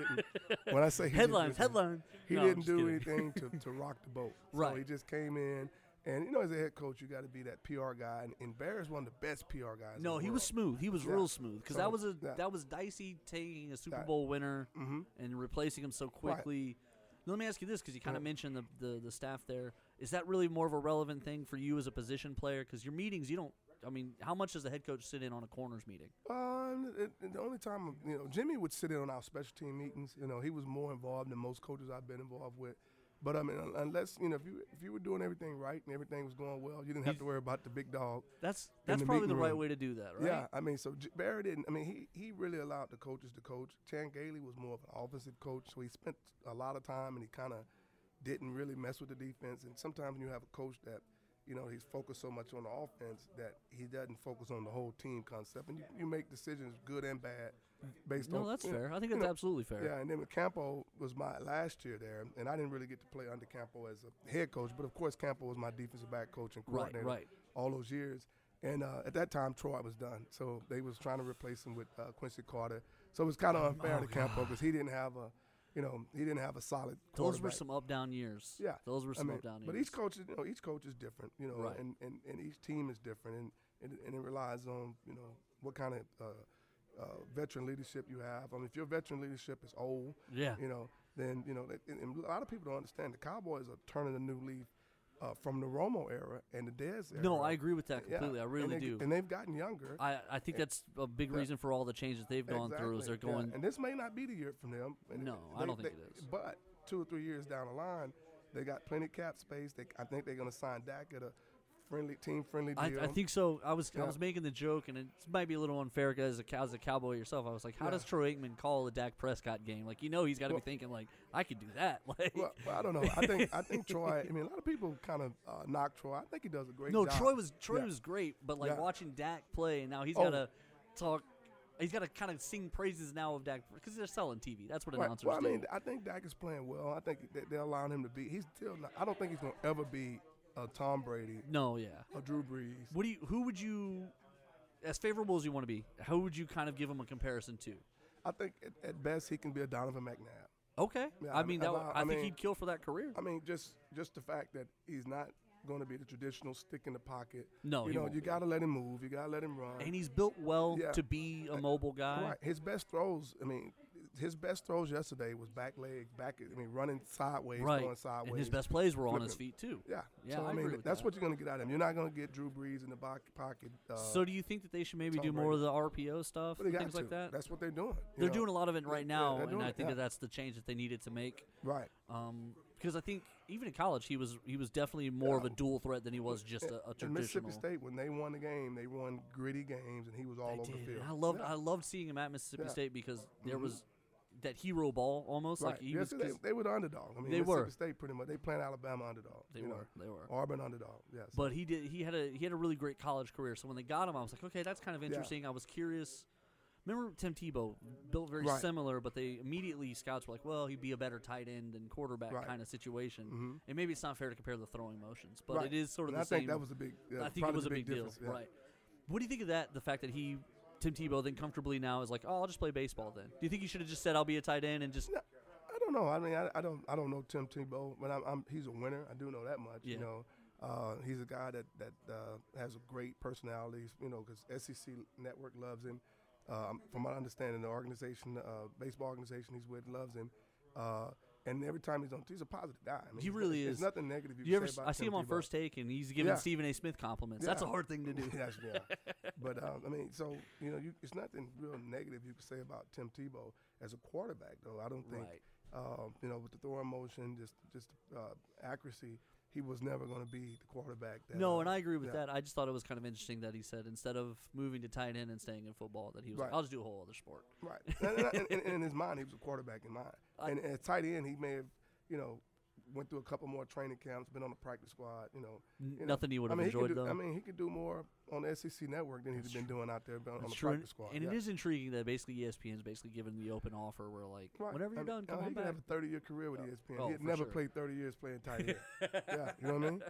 D: didn't. when I say he didn't do
A: Headlines,
D: anything,
A: headline.
D: he
A: No, I'm
D: didn't
A: just
D: do
A: kidding.
D: anything to, to rock the boat.
A: Right.
D: So he just came in, and you know, as a head coach, you got to be that PR guy. And, and Bear's one of the best PR guys.
A: No, he was smooth. He was
D: Yeah.
A: real smooth because that
D: So,
A: was a
D: yeah.
A: that was dicey taking a Super
D: That-
A: Bowl winner
D: hmm
A: and replacing him so
D: Right.
A: quickly. Now, let me ask you this because you kind of
D: Right.
A: mentioned the, the the staff there. Is that really more of a relevant thing for you as a position player? Because your meetings, you don't. I mean, how much does the head coach sit in on a corners meeting?
D: Um, it, it- the only time you know Jimmy would sit in on our special team meetings. You know, he was more involved than most coaches I've been involved with. But I mean, un- unless you know, if you if you were doing everything right and everything was going well, you didn't have
A: He's-
D: to worry about the big dog.
A: That's
D: In
A: that's
D: the
A: probably the
D: meeting
A: right
D: room.
A: way to do that, right?
D: Yeah, I mean, so J- Barry didn't. I mean, he, he really allowed the coaches to coach. Chan Gailey was more of an offensive coach, so he spent a lot of time and he kind of didn't really mess with the defense. And sometimes when you have a coach that, you know, he's focused so much on the offense that he doesn't focus on the whole team concept. And you, you make decisions, good and bad, based on.
A: No, that's
D: you know,
A: fair. I think
D: you
A: that's
D: know,
A: absolutely fair.
D: yeah, and then Campo was my last year there, and I didn't really get to play under Campo as a head coach, but of course Campo was my defensive back coach and
A: Right,
D: coordinator
A: right.
D: all those years. And uh, at that time, Troy was done, so they was trying to replace him with uh, Quincy Carter. So it was kind
A: Oh,
D: of unfair to Campo because he didn't have a, you know, he didn't have a solid.
A: Those were
D: quarterback.
A: some up down years.
D: Yeah,
A: those were
D: I
A: some
D: mean,
A: up down years.
D: But each coach, is- you know, each coach is different, you know,
A: Right.
D: and, and, and each team is different, and, and and it relies on you know what kind of uh, uh, veteran leadership you have. I mean, if your veteran leadership is old,
A: yeah,
D: you know, then you know, that- and, and a lot of people don't understand the Cowboys are turning a new leaf uh, from the Romo era and the Dez era.
A: no, I agree with that
D: Yeah,
A: completely. I
D: and
A: really
D: they-
A: do.
D: And they've gotten younger.
A: I, I think that's a big
D: Yeah.
A: reason for all the changes they've gone through is they're
D: Exactly, yeah.
A: going
D: And this may not be the year from them. And
A: No, I don't think it is.
D: But two or three years down the line, they got plenty of cap space. They, I think they're going to sign Dak at a friendly team friendly
A: I,
D: deal.
A: I think so. I was I
D: Yeah.
A: was making the joke, and it might be a little unfair because as a, cow- as a cowboy yourself, I was like, how
D: Yeah.
A: does Troy Aikman call a Dak Prescott game? Like, you know, he's got to
D: Well-
A: be thinking like, I could do that. Like,
D: Well, well, I don't know. I think I think Troy. I mean, a lot of people kind of uh, knock Troy. I think he does a great
A: no,
D: job.
A: Troy was Troy
D: Yeah.
A: was great, but like
D: Yeah.
A: watching Dak play, and now he's
D: Oh.
A: got to talk. He's got to kind of sing praises now of Dak because they're selling TV. That's what
D: Right.
A: announcers
D: Well, I
A: do.
D: mean, I think Dak is playing well. I think that they're allowing him to be. He's still. Not, I don't think he's going to ever be a Tom Brady,
A: no, yeah.
D: a Drew Brees.
A: What do you? Who would you? As favorable as you want to be, who would you kind of give him a comparison to?
D: I think at, at best he can be a Donovan McNabb.
A: Okay,
D: Yeah,
A: I
D: I
A: mean,
D: mean,
A: that,
D: about-
A: I,
D: I
A: think
D: mean-
A: he'd kill for that career.
D: I mean, just just the fact that he's not going to be the traditional stick in the pocket.
A: No,
D: you
A: he
D: know,
A: won't
D: you
A: be.
D: got to let him move. You got to let him run.
A: and he's built well
D: Yeah.
A: to be a mobile guy.
D: right. His best throws. I mean, his best throws yesterday was back leg, back. I mean, running sideways, going sideways.
A: And his best plays were on his
D: flipping.
A: feet too.
D: Yeah.
A: Yeah,
D: so,
A: I
D: I, mean,
A: agree with
D: that's
A: that.
D: what you're going to get out of him. You're not going to get Drew Brees in the bo- pocket. Uh,
A: so do you think that they should maybe
D: Tom
A: do more of the RPO stuff,
D: but they got
A: things like
D: to.
A: that?
D: That's what they're doing. you
A: they're
D: know.
A: doing a lot of it right
D: Yeah,
A: now,
D: they're
A: and
D: doing
A: I
D: it,
A: think
D: yeah.
A: that that's the change that they needed to make.
D: right.
A: Um, because I think even in college he was he was definitely more of a dual threat than he was just a, a
D: And Mississippi
A: traditional.
D: State, when they won the game, they won gritty games, and he was all
A: They
D: over the
A: did.
D: field.
A: And I loved
D: Yeah.
A: I loved seeing him at Mississippi
D: Yeah. Mm-hmm.
A: State because there was that hero ball almost
D: Right.
A: like he
D: Yeah,
A: was
D: so they,
A: just-
D: they were the underdog. I mean,
A: They
D: Mississippi
A: were.
D: State pretty much. They playing Alabama underdog.
A: They
D: you
A: were.
D: Know.
A: They were.
D: Auburn underdog. Yes.
A: But he did. He had a he had a really great college career. So when they got him, I was like, okay, that's kind of interesting. I was curious. Remember Tim Tebow built very
D: Right.
A: similar, but they immediately scouts were like, well, he'd be a better tight end and quarterback
D: Right.
A: kind of situation.
D: Mhm.
A: And maybe it's not fair to compare the throwing motions, but
D: Right.
A: it is sort of
D: And I
A: the same.
D: think that was a big. yeah,
A: I think it
D: probably
A: was
D: the
A: a big, deal,
D: difference, yeah.
A: right? What do you think of that? The fact that he, Tim Tebow, then comfortably now is like, oh, I'll just play baseball. Then do you think he should have just said, I'll be a tight end and just
D: No, I don't know. I mean, I, I don't. I don't know Tim Tebow, but I'm, I'm, he's a winner. I do know that much.
A: Yeah.
D: You know, uh, he's a guy that that uh, has a great personality. You know, because SEC Network loves him. Um, from my understanding, the organization, uh, baseball organization he's with, loves him. Uh, and every time he's on, he's a positive guy. I mean,
A: He
D: he's-
A: really
D: there's
A: is.
D: nothing negative you,
A: you
D: can
A: ever?
D: say
A: s-
D: about
A: I see
D: Tim
A: him on
D: Tebow.
A: first take and he's giving
D: Yeah.
A: Stephen A. Smith compliments. That's a
D: Yeah.
A: hard thing to do.
D: Yes, yeah. but um, I mean, so you know, you, it's nothing real negative you can say about Tim Tebow as a quarterback, though. I don't think
A: Right.
D: um, you know with the throwing motion, just just uh, accuracy, he was never going to be the quarterback. That,
A: No,
D: uh,
A: and I agree with
D: yeah.
A: that. I just thought it was kind of interesting that he said instead of moving to tight end and staying in football, that he was like,
D: Right.
A: I'll just do a whole other sport.
D: Right. And, and- and- and in his mind, he was a quarterback in mind.
A: I-
D: and at tight end, he may have, you know, went through a couple more training camps, been on the practice squad, you know.
A: N-
D: you know.
A: Nothing he would
D: I
A: have
D: mean,
A: enjoyed
D: he could do,
A: though.
D: I mean, he could do more on the SEC network than he's been doing out there on
A: That's
D: the
A: true.
D: practice squad.
A: and
D: yeah.
A: it is intriguing that basically E ESPN's basically given the open offer where like
D: Right.
A: whenever you're
D: I mean,
A: done,
D: uh,
A: come
D: he
A: on
D: could
A: back.
D: have a 30 year career with E ESPN.
A: Oh,
D: he had
A: for
D: never
A: sure.
D: played 30 years playing tight end. yeah, you know what I mean?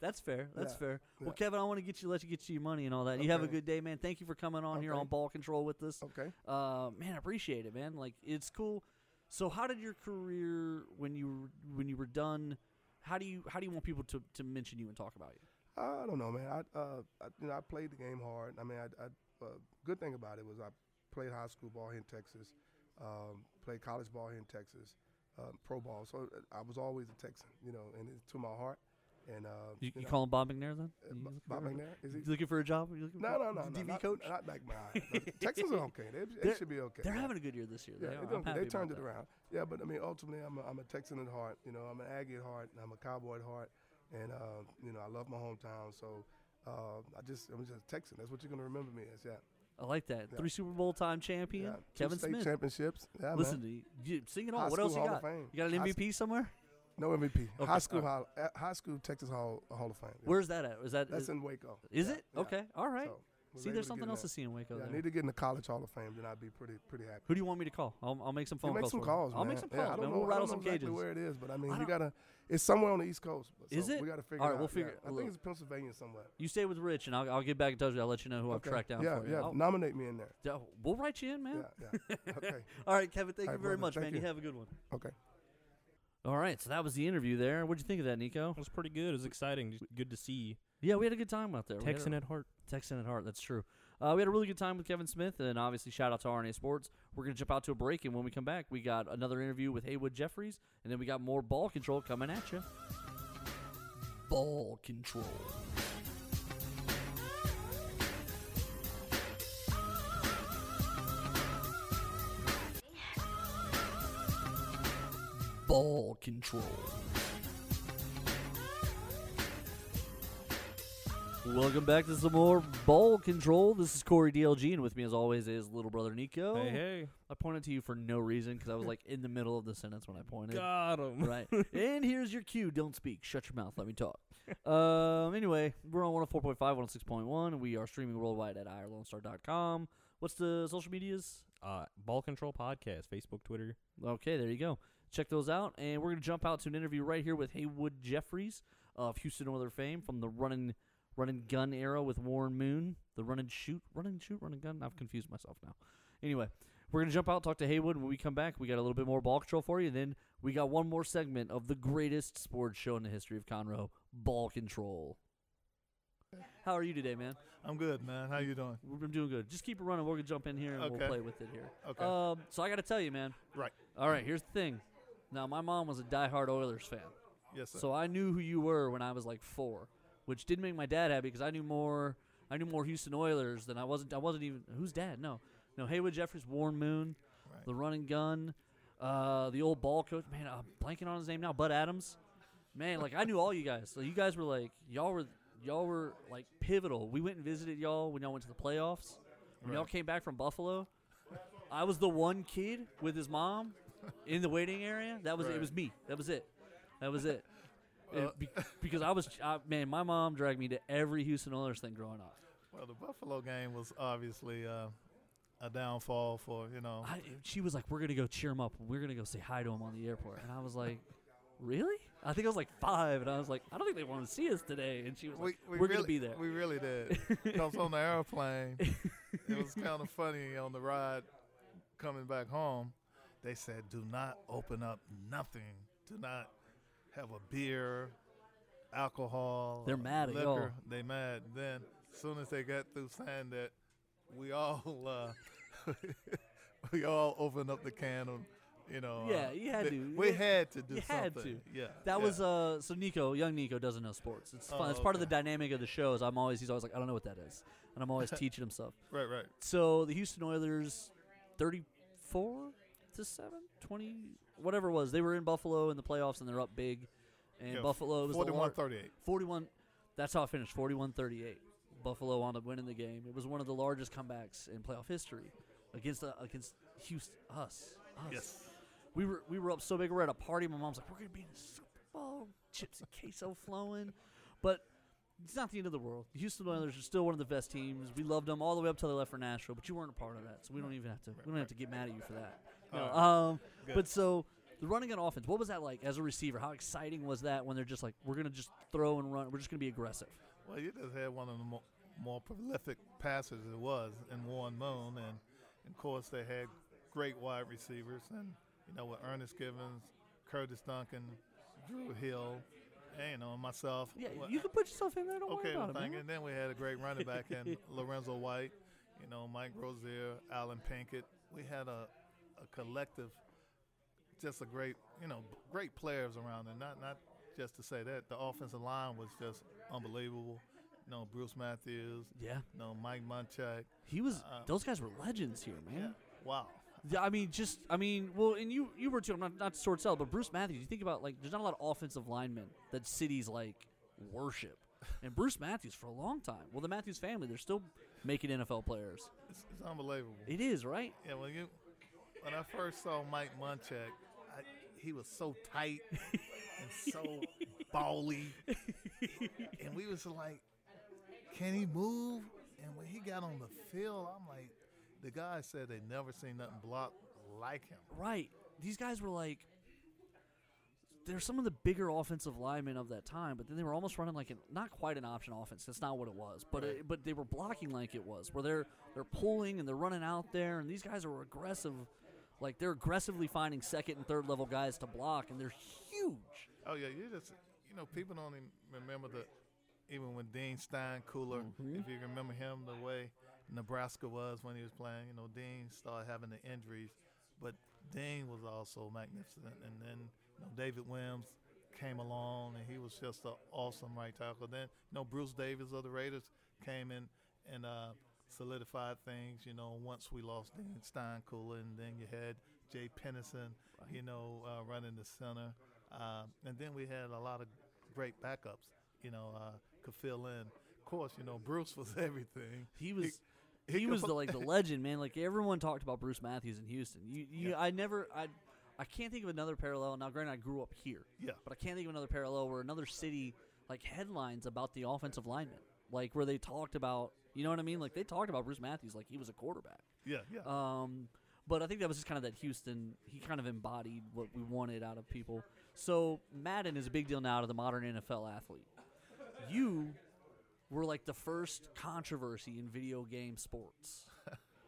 A: That's fair. That's
D: Yeah.
A: fair. Well,
D: Yeah.
A: Kevin, I want to get you, let you get you your money and all that. You have a
D: Okay.
A: good day, man. Thank you for coming on here
D: Okay.
A: on Ball Control with us.
D: Okay.
A: Uh, man, I appreciate it, man. Like it's cool. So, how did your career when you were- when you were done? How do you how do you want people to, to mention you and talk about you?
D: I don't know, man. I, uh, I you know I played the game hard. I mean, I, I uh, good thing about it was I played high school ball here in Texas, um, played college ball here in Texas, um, pro ball. So uh, I was always a Texan, you know, and it's to my heart. And uh,
A: You, you
D: know,
A: call him Bob McNair then?
D: uh,
A: You
D: Bo-
A: looking
D: Bob
A: for-
D: McNair? Is he?
A: You looking for a job? You looking
D: No,
A: for
D: no,
A: a
D: no, no.
A: DB
D: not,
A: coach.
D: Not like my Texans are okay. They,
A: They're-
D: they should be okay.
A: They're
D: yeah.
A: having a good year this year.
D: Yeah,
A: they,
D: it
A: are. I'm
D: don't-
A: happy
D: they turned
A: about
D: it
A: that.
D: around. Yeah, but I mean, ultimately, I'm a, I'm a Texan at heart. You know, I'm an Aggie at heart, and I'm a Cowboy at heart, and uh, you know, I love my hometown. So uh, I just, I'm just a Texan. That's what you're gonna remember me as. Yeah,
A: I like that.
D: Yeah.
A: Three Super Bowl time champion,
D: yeah.
A: Kevin
D: Two state
A: Smith.
D: championships. Yeah,
A: Listen
D: man.
A: to you, you sing it all.
D: High
A: what else you
D: school Hall of
A: got?
D: Fame.
A: You got an
D: High
A: MVP somewhere?
D: no MVP.
A: Okay,
D: high school,
A: all
D: hall, uh, high school Texas Hall Hall of Fame. Yeah.
A: Where's that at? Is that
D: That's
A: is,
D: in Waco.
A: is
D: Yeah,
A: it?
D: yeah.
A: Okay, all right.
D: So, was
A: see,
D: able
A: there's
D: to get
A: something
D: in
A: else to
D: there.
A: see in Waco.
D: Yeah, I
A: there.
D: need to get in the College Hall of Fame, then I'd be pretty pretty happy.
A: Who do you want me to call? I'll, I'll make some phone
D: You make
A: calls.
D: some
A: for
D: calls,
A: you. I'll
D: man.
A: make some
D: Yeah, I
A: calls.
D: don't
A: man.
D: know,
A: We'll
D: I don't
A: rattle
D: know
A: some
D: exactly
A: cages.
D: where it is, but I mean,
A: I
D: you
A: don't-
D: gotta. It's somewhere on the East Coast. but-
A: Is
D: so
A: it?
D: We gotta figure
A: All
D: it
A: right,
D: out.
A: we'll figure it-
D: Yeah. I
A: look.
D: think it's Pennsylvania somewhere.
A: You stay with Rich, and I'll, I'll get back in touch with you. I'll let you know who
D: Okay.
A: I've tracked down
D: yeah,
A: for you.
D: Yeah,
A: I'll-
D: nominate me in there.
A: yeah, we'll write you in, man.
D: Yeah, yeah. Okay,
A: All right, Kevin. Thank
D: All
A: you
D: right,
A: very
D: brother.
A: much,
D: Thank
A: man.
D: you.
A: You have a good one.
D: okay.
A: All right, so that was the interview there. What'd you think of that, Nico?
B: It was pretty good. It was exciting. Just good to see
A: Yeah, we had a good time out there. We had a-
B: Texan at heart.
A: Texan at heart. That's true. Uh, we had a really good time with Kevin Smith, and obviously, shout out to RNA Sports. We're going to jump out to a break, and when we come back, we got another interview with Haywood Jeffries, and then we got more ball control coming at you. Ball control. Ball control. Welcome back to some more ball control. This is Corey DLG, and with me, as always, is little brother Nico.
B: Hey, hey.
A: I pointed to you for no reason because I was like in the middle of the sentence when I pointed.
B: Got him.
A: Right. and here's your cue. Don't speak. Shut your mouth. Let me talk. um, anyway, we're on 104.5, 106.1. We are streaming worldwide at irlonestar.com. What's the social medias?
B: Uh, Ball Control Podcast, Facebook, Twitter.
A: Okay, there you go. Check those out. And we're going to jump out to an interview right here with Haywood Jeffries of Houston Oilers fame from the running running gun era with Warren Moon. The run and shoot, run and shoot, run and gun. I've confused myself now. Anyway, we're going to jump out, talk to Haywood. When we come back, we got a little bit more ball control for you. And then we got one more segment of the greatest sports show in the history of Conroe, ball control. How are you today, man?
E: I'm good, man. How you doing?
A: I'm doing good. Just keep it running. We're gonna jump in here and
E: Okay.
A: we'll play with it here.
E: Okay.
A: Um, so I gotta tell you, man.
E: Right.
A: All right. Here's the thing. Now my mom was a diehard Oilers fan,
E: Yes, sir.
A: so I knew who you were when I was like four, which did make my dad happy because I knew more. I knew more Houston Oilers than I wasn't. I wasn't even who's dad. No, no. Haywood Jeffries, Warren Moon,
E: Right.
A: the running gun. Uh, the old ball coach, man, I'm blanking on his name now. Bud Adams, man, like I knew all you guys. So you guys were like, y'all were, y'all were like pivotal. We went and visited y'all when y'all went to the playoffs. When y'all came back from Buffalo, I was the one kid with his mom in the waiting area. That was it.
D: Right.
A: Was me. That was it. That was it.
E: Uh,
A: It- be- because I was, I, man, my mom dragged me to every Houston Oilers thing growing up.
E: Well, the Buffalo game was obviously uh, a downfall for you know.
A: I, she was like, "We're gonna go cheer him up. We're gonna go say hi to him on the airport." And I was like, "Really?" I think I was like five, and I was like, "I don't think they want to see us today." And she was like, "We're
E: really,
A: gonna be there."
E: We really did. Because on the airplane, it was kind of funny on the ride coming back home. They said, "Do not open up nothing. Do not have a beer, alcohol.
A: They're mad at
E: liquor.
A: y'all.
E: They mad. Then, as soon as they got through saying that, we all uh, we all opened up the can. On, you know. uh,
A: Yeah, you had
E: they-
A: to.
E: We
A: Yeah.
E: had to do
A: You had to.
E: something. Yeah.
A: that
E: yeah.
A: was uh. So Nico, young Nico, doesn't know sports. It's fun.
E: Oh,
A: it's part of the
E: okay.
A: dynamic of the show. Is I'm always he's always like, "I don't know what that is," and I'm always teaching him stuff.
E: right. Right.
A: So the Houston Oilers, 34 to 7, 20, whatever it was. They were in Buffalo in the playoffs and they're up big. And
E: Yeah,
A: Buffalo was the lar-
E: 41 38.
A: 41 that's how it finished 41-38 buffalo wound up winning the game it was one of the largest comebacks in playoff history against uh, against houston us, us
E: Yes.
A: we were we were up so big we were at a party my mom's like we're gonna be in the super bowl chips and queso flowing but it's not the end of the world. The Houston Oilers are still one of the best teams. We loved them all the way up till they left for Nashville, but you weren't a part of that, so we don't even have to. We don't have to get mad at you for that.
E: Oh,
A: No, um, but so the running on offense, what was that like as a receiver? How exciting was that when they're just like, we're gonna just throw and run. We're just gonna be aggressive.
E: Well, you just had one of the more, more prolific passers it was in Warren Moon, and, of course they had great wide receivers, and you know with Ernest Givens, Curtis Duncan, Drew Hill, and you know myself.
A: Yeah,
E: Well,
A: you can put yourself in there. Don't
E: okay,
A: worry about
E: well,
A: it,
E: thank you.
A: man.
E: And then we had a great running back in Lorenzo White, you know, Mike Rozier, Alan Pinkett. We had a, a collective, just a great, you know, great players around, and not not just to say that the offensive line was just unbelievable. You know, Bruce Matthews,
A: Yeah,
E: you know, Mike Munchak.
A: he was.
E: Uh,
A: those guys were legends here, man.
E: Yeah, wow.
A: Yeah, I mean, just I mean, well, and you you were too. I'm not not to sort sell, but Bruce Matthews. You think about like, there's not a lot of offensive linemen that cities like worship, and Bruce Matthews for a long time. Well, the Matthews family, they're still making NFL players.
E: It's, it's unbelievable.
A: It is right.
E: Yeah, when you when I first saw Mike Munchak, I, he was so tight and so bally, and we was like, "Can he move?" And when he got on the field, I'm like, the guy said they never seen nothing blocked like him.
A: Right. These guys were like they're some of the bigger offensive linemen of that time, but then they were almost running like an not quite an option offense. That's not what it was, but it, but they were blocking like it was, where they're they're pulling and they're running out there, and these guys are aggressive, like they're aggressively finding second and third level guys to block, and they're huge.
E: Oh yeah, you just you know people don't even remember the even when Dean Stein Cooler, if you remember him, the way Nebraska was when he was playing. You know, Dean started having the injuries, but Dean was also magnificent. And then you know, David Williams came along, and he was just an awesome right tackle. Then you know Bruce Davis of the Raiders came in and uh, solidified things. You know, once we lost Dean Stein Cooler, and then you had Jay Pennison, you know, uh, running the center. Uh, and then we had a lot of great backups, you know, uh, could fill in. Of course, you know, Bruce was everything.
A: He was.
E: he
A: He was
E: could-
A: the like the legend, man. Like everyone talked about Bruce Matthews in Houston. You, you I never, I, I can't think of another parallel. Now, granted, I grew up here,
E: Yeah.
A: but I can't think of another parallel where another city like headlines about the offensive lineman, like where they talked about, you know what I mean? Like they talked about Bruce Matthews like he was a quarterback.
E: Yeah, yeah.
A: Um, but I think that was just kind of that Houston. He kind of embodied what we wanted out of people. So Madden is a big deal now to the modern NFL athlete. You were like the first controversy in video game sports.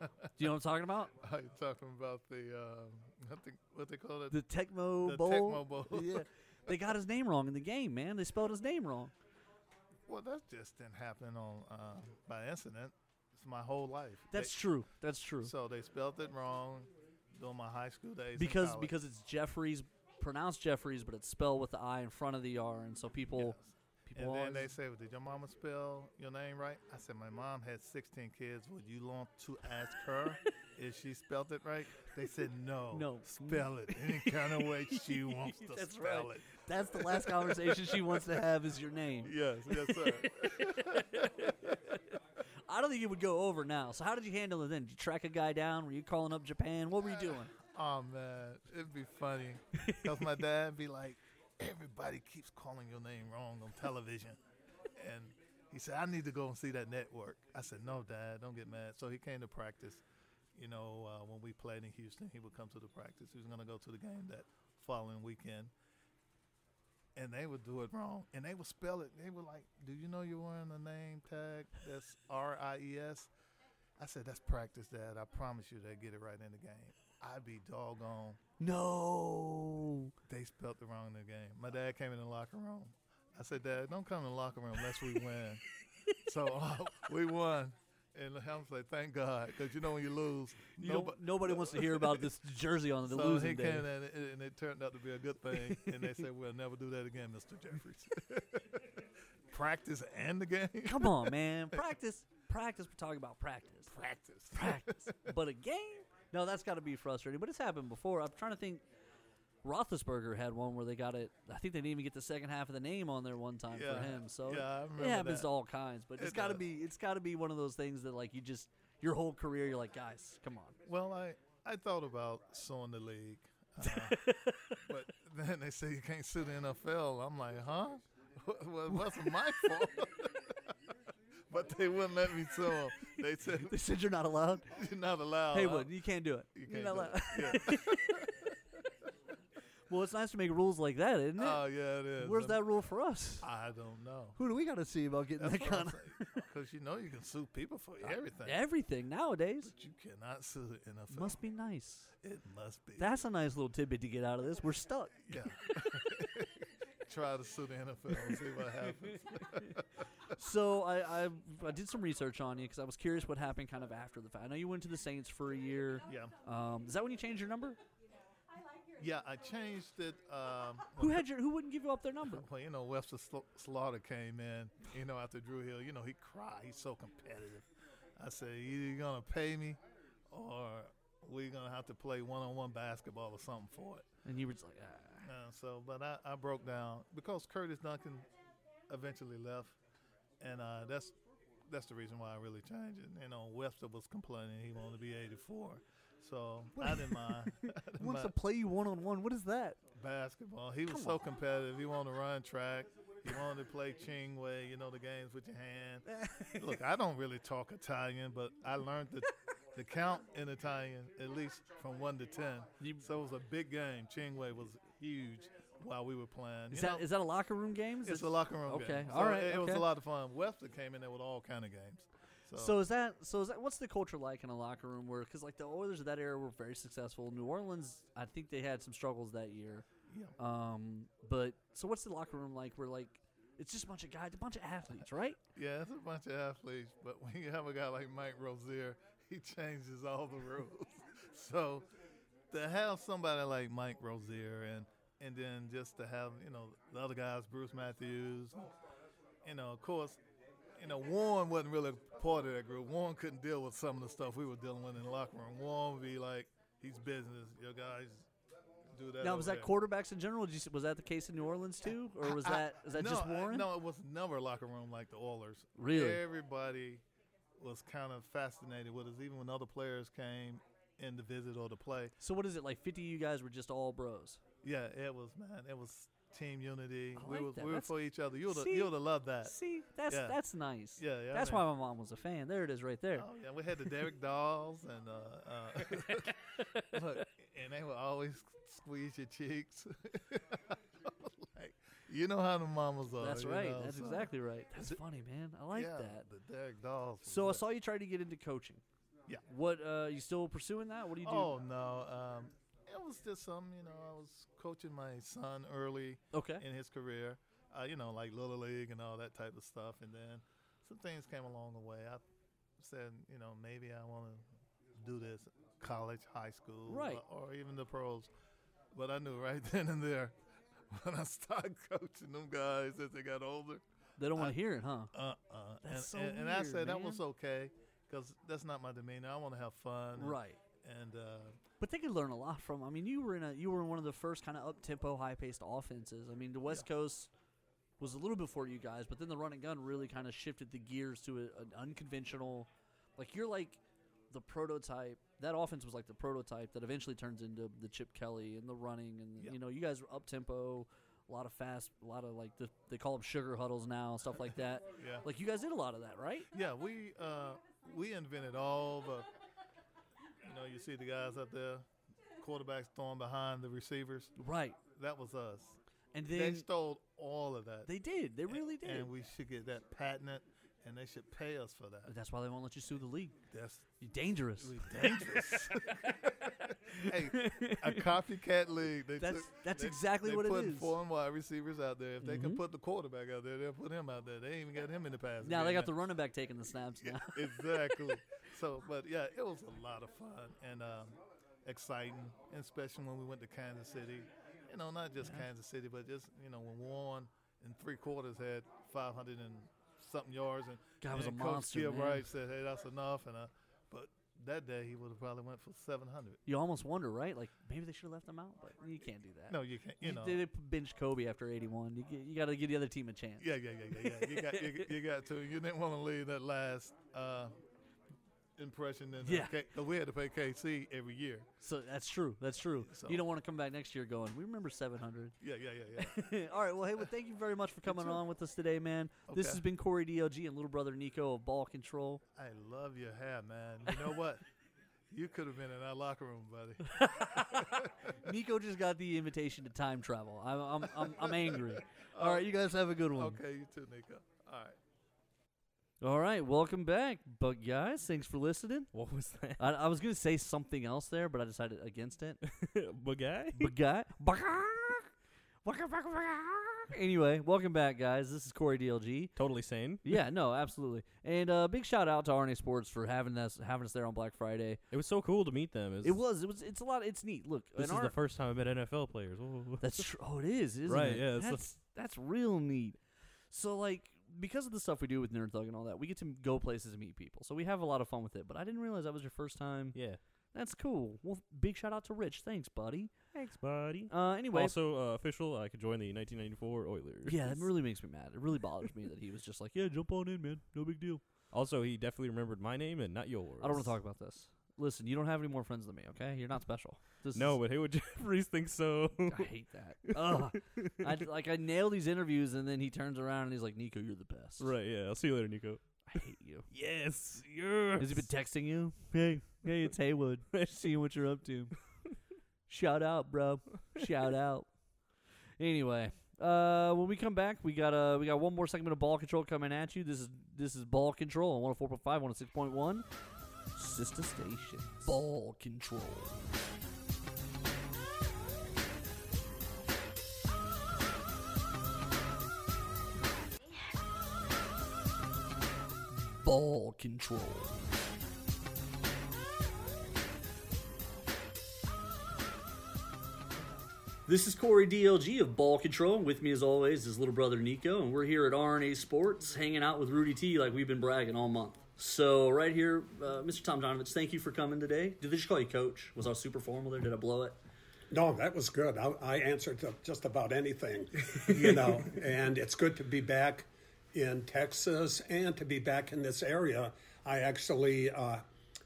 A: Do you know what I'm talking about?
E: Are you talking about the, um, I think, what they call it?
A: The Tecmo
E: The
A: Bowl.
E: Tecmo Bowl.
A: yeah, they got his name wrong in the game, man. They spelled his name wrong.
E: well, that just didn't happen on uh, by incident. It's my whole life.
A: That's
E: They-
A: true. That's true.
E: So they spelled it wrong during my high school days. in
A: because
E: college.
A: because it's Jeffries, pronounced Jeffries, but it's spelled with the I in front of the R, and so people people
E: And then
A: always-
E: they say, well, "Did your mama spell your name right?" I said, "My mom had 16 kids. Would you want to ask her if she spelled it right, they said no.
A: No.
E: Spell it any kind of way she wants to
A: That's
E: spell
A: right.
E: it.
A: That's the last conversation she wants to have is your name.
E: Yes, yes, sir.
A: I don't think it would go over now. So how did you handle it then? Did you track a guy down? Were you calling up Japan? What were you doing?
E: oh man, it'd be funny because my dad be like, everybody keeps calling your name wrong on television, and he said, I need to go and see that network. I said, No, Dad, don't get mad. So he came to practice. You know, uh, when we played in Houston, he would come to the practice. He was going to go to the game that following weekend. and they would do it wrong, and they would spell it. They were like, "Do you know you're wearing a name tag that's R I E S?" I said, "That's practice, Dad. I promise you, they get it right in the game." I'd be doggone.
A: No.
E: They spelled it wrong in the game. My dad came in the locker room. I said, "Dad, don't come in the locker room unless we win." so uh, we won, and Helms said, "Thank God," because you know when you lose,
A: You don't-
E: nobo-
A: nobody wants to hear about this jersey on the
E: so he
A: losing day.
E: came in, and, it- and it turned out to be a good thing. and they said, "We'll never do that again, Mr. Jeffries." Practice and the game.
A: Come on, man. Practice. Practice. We're talking about practice.
E: Practice.
A: Practice. but a game? No, that's got to be frustrating. But it's happened before. I'm trying to think. Roethlisberger had one where they got it. I think they didn't even get the second half of the name on there one time for
E: Yeah.
A: him. So
E: Yeah, I
A: it
E: remember
A: happens
E: that.
A: to all kinds. But it's
E: It
A: got to
E: does.
A: be. It's got to be one of those things that like you just your whole career. You're like, guys, come on.
E: Well, I I thought about suing the league, uh, but then they say you can't sue the NFL. I'm like, huh? Well, it wasn't my fault. but they wouldn't let me sue 'em. They said
A: They said you're not allowed.
E: you're not allowed.
A: hey,
E: I'm-
A: Wood, you can't do it.
E: Uh-huh. You
A: are not
E: can't do
A: allowed.
E: it.
A: well, it's nice to make rules like that, isn't it?
E: Yeah. oh yeah, it is.
A: Where's
E: I'm-
A: that rule for us?
E: I don't know.
A: Who do we got to see about getting that kind of
E: Because you know you can sue people for everything.
A: everything nowadays?
E: But you cannot sue the NFL.
A: Must be nice.
E: it must be.
A: That's a nice little tidbit to get out of this. We're stuck.
E: yeah. Try to sue the NFL and see what happens.
A: So I, I, I did some research on you because I was curious what happened kind of after the fact. I know you went to the Saints for a year.
E: Yeah.
A: Um, is that when you changed your number?
E: Yeah, I changed it. Um,
A: Who
E: when-
A: had your? Who wouldn't give you up their number?
E: well, you know, Webster Sla- Slaughter came in, you know, after Drew Hill. You know, he cried. He's so competitive. I said, either you're going to pay me or we're going to have to play one on one basketball or something for it.
A: And you were just like, ah.
E: Uh, so, but I, I broke down because Curtis Duncan eventually left, and uh, that's that's the reason why I really changed it. You know, Webster was complaining he wanted to be 84, so I didn't mind. I didn't
A: Who wants to
E: mind
A: play you one on one? What is that?
E: basketball. He was so competitive. He wanted to run track. He wanted to play Chingway. You know, the games with your hand. Look, I don't really talk Italian, but I learned the the count in Italian at least from one to ten. So it was a big game. Chingway was huge while we were playing.
A: Is
E: You
A: that is
E: know,
A: that a locker room game? Is
E: it's
A: it-
E: a locker room game.
A: Okay,
E: So
A: all right,
E: It, it was
A: okay.
E: a lot of fun. Webster came in there with all kind of games. So,
A: So is that so is that what's the culture like in a locker room where because like the Oilers of that era were very successful. New Orleans, I think they had some struggles that year.
E: Yeah.
A: Um, but so what's the locker room like? Where like it's just a bunch of guys, a bunch of athletes, right?
E: yeah, it's a bunch of athletes, but when you have a guy like Mike Rozier, he changes all the rules. so to have somebody like Mike Rozier and and then just to have you know the other guys, Bruce Matthews, you know, of course, you know Warren wasn't really a part of that group. Warren couldn't deal with some of the stuff we were dealing with in the locker room. Warren would be like, he's business. Your guys do that.
A: now was
E: over
A: that
E: there."
A: quarterbacks in general? Did you, s- was that the case in New Orleans too, or was
E: I-
A: that is that
E: no,
A: just
E: I-
A: Warren?
E: no, it was never a locker room like the Oilers.
A: Really?
E: everybody was kind of fascinated with us, even when other players came in to visit or to play.
A: So what is it like? Fifty of you guys were just all bros.
E: Yeah, it was man, it was team unity.
A: I
E: we
A: like
E: was
A: that.
E: we were
A: That's-
E: for each other. You would
A: See?
E: you would have loved that.
A: See, that's
E: Yeah.
A: that's nice.
E: Yeah, yeah, I
A: That's
E: mean-
A: why my mom was a fan. There it is, right there.
E: Oh yeah, we had the Derrick Dolls and uh, uh look, and they would always squeeze your cheeks. like, you know how the mamas are.
A: that's
E: Oh, you
A: right.
E: know,
A: that's
E: so,
A: exactly right. That's funny, man. I like
E: yeah,
A: that.
E: The Derrick Dolls. was
A: So I
E: it.
A: saw you try to get into coaching.
E: Yeah.
A: What uh you still pursuing that? What do you do?
E: Oh no, um, it was just some. You know, I was coaching my son early
A: okay.
E: in his career. Uh, you know, like little league and all that type of stuff. And then some things came along the way. I said, you know, maybe I want to do this college, high school,
A: Right.
E: or, or even the pros. But I knew right then and there when I started coaching them guys as they got older.
A: They don't want to hear it, huh?
E: Uh, uh
A: That's
E: and,
A: so
E: and, and I
A: weird,
E: said that
A: man.
E: was okay because that's not my demeanor. I want to have fun. and-
A: Right.
E: and uh,
A: But they could learn a lot from. I mean, you were in a you were in one of the first kind of up tempo, high paced offenses. I mean, the West Coast was a little before you guys, but then the run and gun really kind of shifted the gears to a, an unconventional. Like you're like the prototype. That offense was like the prototype that eventually turns into the Chip Kelly and the running and
E: Yeah.
A: you know you guys were up tempo, a lot of fast, a lot of like the, they call them sugar huddles now stuff like that.
E: yeah,
A: Like you guys did a lot of that, right?
E: yeah. We uh, we invented all the. You know, you see the guys up there, quarterbacks throwing behind the receivers.
A: Right.
E: That was us.
A: And
E: they
A: then
E: stole all of that.
A: they did. They really did.
E: And we should get that patented, and they should pay us for that.
A: That's why they won't let you sue the league.
E: That's
A: You're dangerous.
E: really dangerous. hey, a copycat league. They
A: That's-
E: took-
A: that's
E: they-
A: exactly
E: they
A: what it
E: putting
A: is.
E: Foreign wide receivers out there. If they
A: Mhm.
E: can put the quarterback out there, they'll put him out there. They ain't even got him in the pass.
A: Now they
E: game
A: got the running back taking the snaps now.
E: exactly. So, but yeah, it was a lot of fun and um, exciting, especially when we went to Kansas City. You know, not just Kansas City, but just you know when Warren in three quarters had 500 and something yards, and
A: Guy was
E: and
A: a
E: Coach
A: monster,
E: Gil
A: man.
E: Wright said, "Hey, that's enough," and uh, but that day he would have probably went for 700.
A: You almost wonder, right? Like maybe they should have left him out, but you can't do that.
E: No, you can't. You know.
A: they, they benched Kobe after '81. You, g- you got to give the other team a chance.
E: Yeah, yeah, yeah, yeah, yeah. You got, you, you got to. You didn't want to leave that last uh, impression. In
A: Yeah.
E: the, K- 'cause we had to pay KC every year.
A: So that's true. That's true.
E: So-
A: You don't want to come back next year going. We remember 700.
E: Yeah, yeah, yeah, yeah.
A: All right. Well, hey, well, thank you very much for coming on with us today, man. This
E: Okay.
A: has been Corey DLG and little brother Nico of Ball Control.
E: I love your hair, man. You know what? You could have been in our locker room, buddy.
A: Nico just got the invitation to time travel. I'm I'm I'm, I'm angry. All right, you guys have a good one.
E: Okay, you too, Nico. All right.
A: All right, welcome back, but guys, thanks for listening.
B: What was that?
A: I, I was gonna say something else there, but I decided against it.
B: but guy?
A: But guy, anyway, welcome back, guys. This is Corey DLG.
B: Totally sane.
A: Yeah, no, absolutely, and uh, big shout out to RNA Sports for having us having us there on Black Friday.
B: It was so cool to meet them.
A: It was, it was, it's a lot. It's neat. Look,
B: This
A: an
B: is the
A: R-
B: first time I met NFL players. Whoa.
A: That's true. Oh, it is, isn't
B: Right,
A: it?
B: yeah, it's the-
A: That's that's real neat. So like because of the stuff we do with Nerd Thug and all that, we get to m- go places and meet people. So we have a lot of fun with it. But I didn't realize that was your first time.
B: yeah.
A: That's cool. Well, big shout out to Rich. Thanks, buddy.
B: Thanks, buddy.
A: Uh, anyway.
B: also uh, official, I could join the 1994 Oilers.
A: yeah, that really makes me mad. It really bothers me that he was just like, yeah, jump on in, man. No big deal.
B: Also, he definitely remembered my name and not yours.
A: I don't want to talk about this. Listen, you don't have any more friends than me, okay? You're not special. This
B: No,
A: is-
B: but Haywood Jeffries thinks so.
A: I hate that. Ugh. I, like, I nail these interviews, and then he turns around and he's like, Nico, you're the best.
B: right, yeah. I'll see you later, Nico.
A: I hate you.
B: Yes, yes.
A: Has he been texting you? Hey, hey, it's Haywood. Seeing what you're up to. Shout out, bro. Shout out. Anyway, uh, when we come back, we got uh, we got one more segment of ball control coming at you. This is this is ball control on 104.5, 106.1, sister station. Ball control. Ball control. This is Corey DLG of Ball Control, and with me as always is little brother Nico, and we're here at RNA Sports hanging out with Rudy T like we've been bragging all month. So right here, uh, Mr. Tom Donovich, thank you for coming today. Did they just call you coach? Was I super formal there? Did I blow it?
C: No, that was good. I, I answered to just about anything, you know, and it's good to be back in Texas and to be back in this area. I actually uh,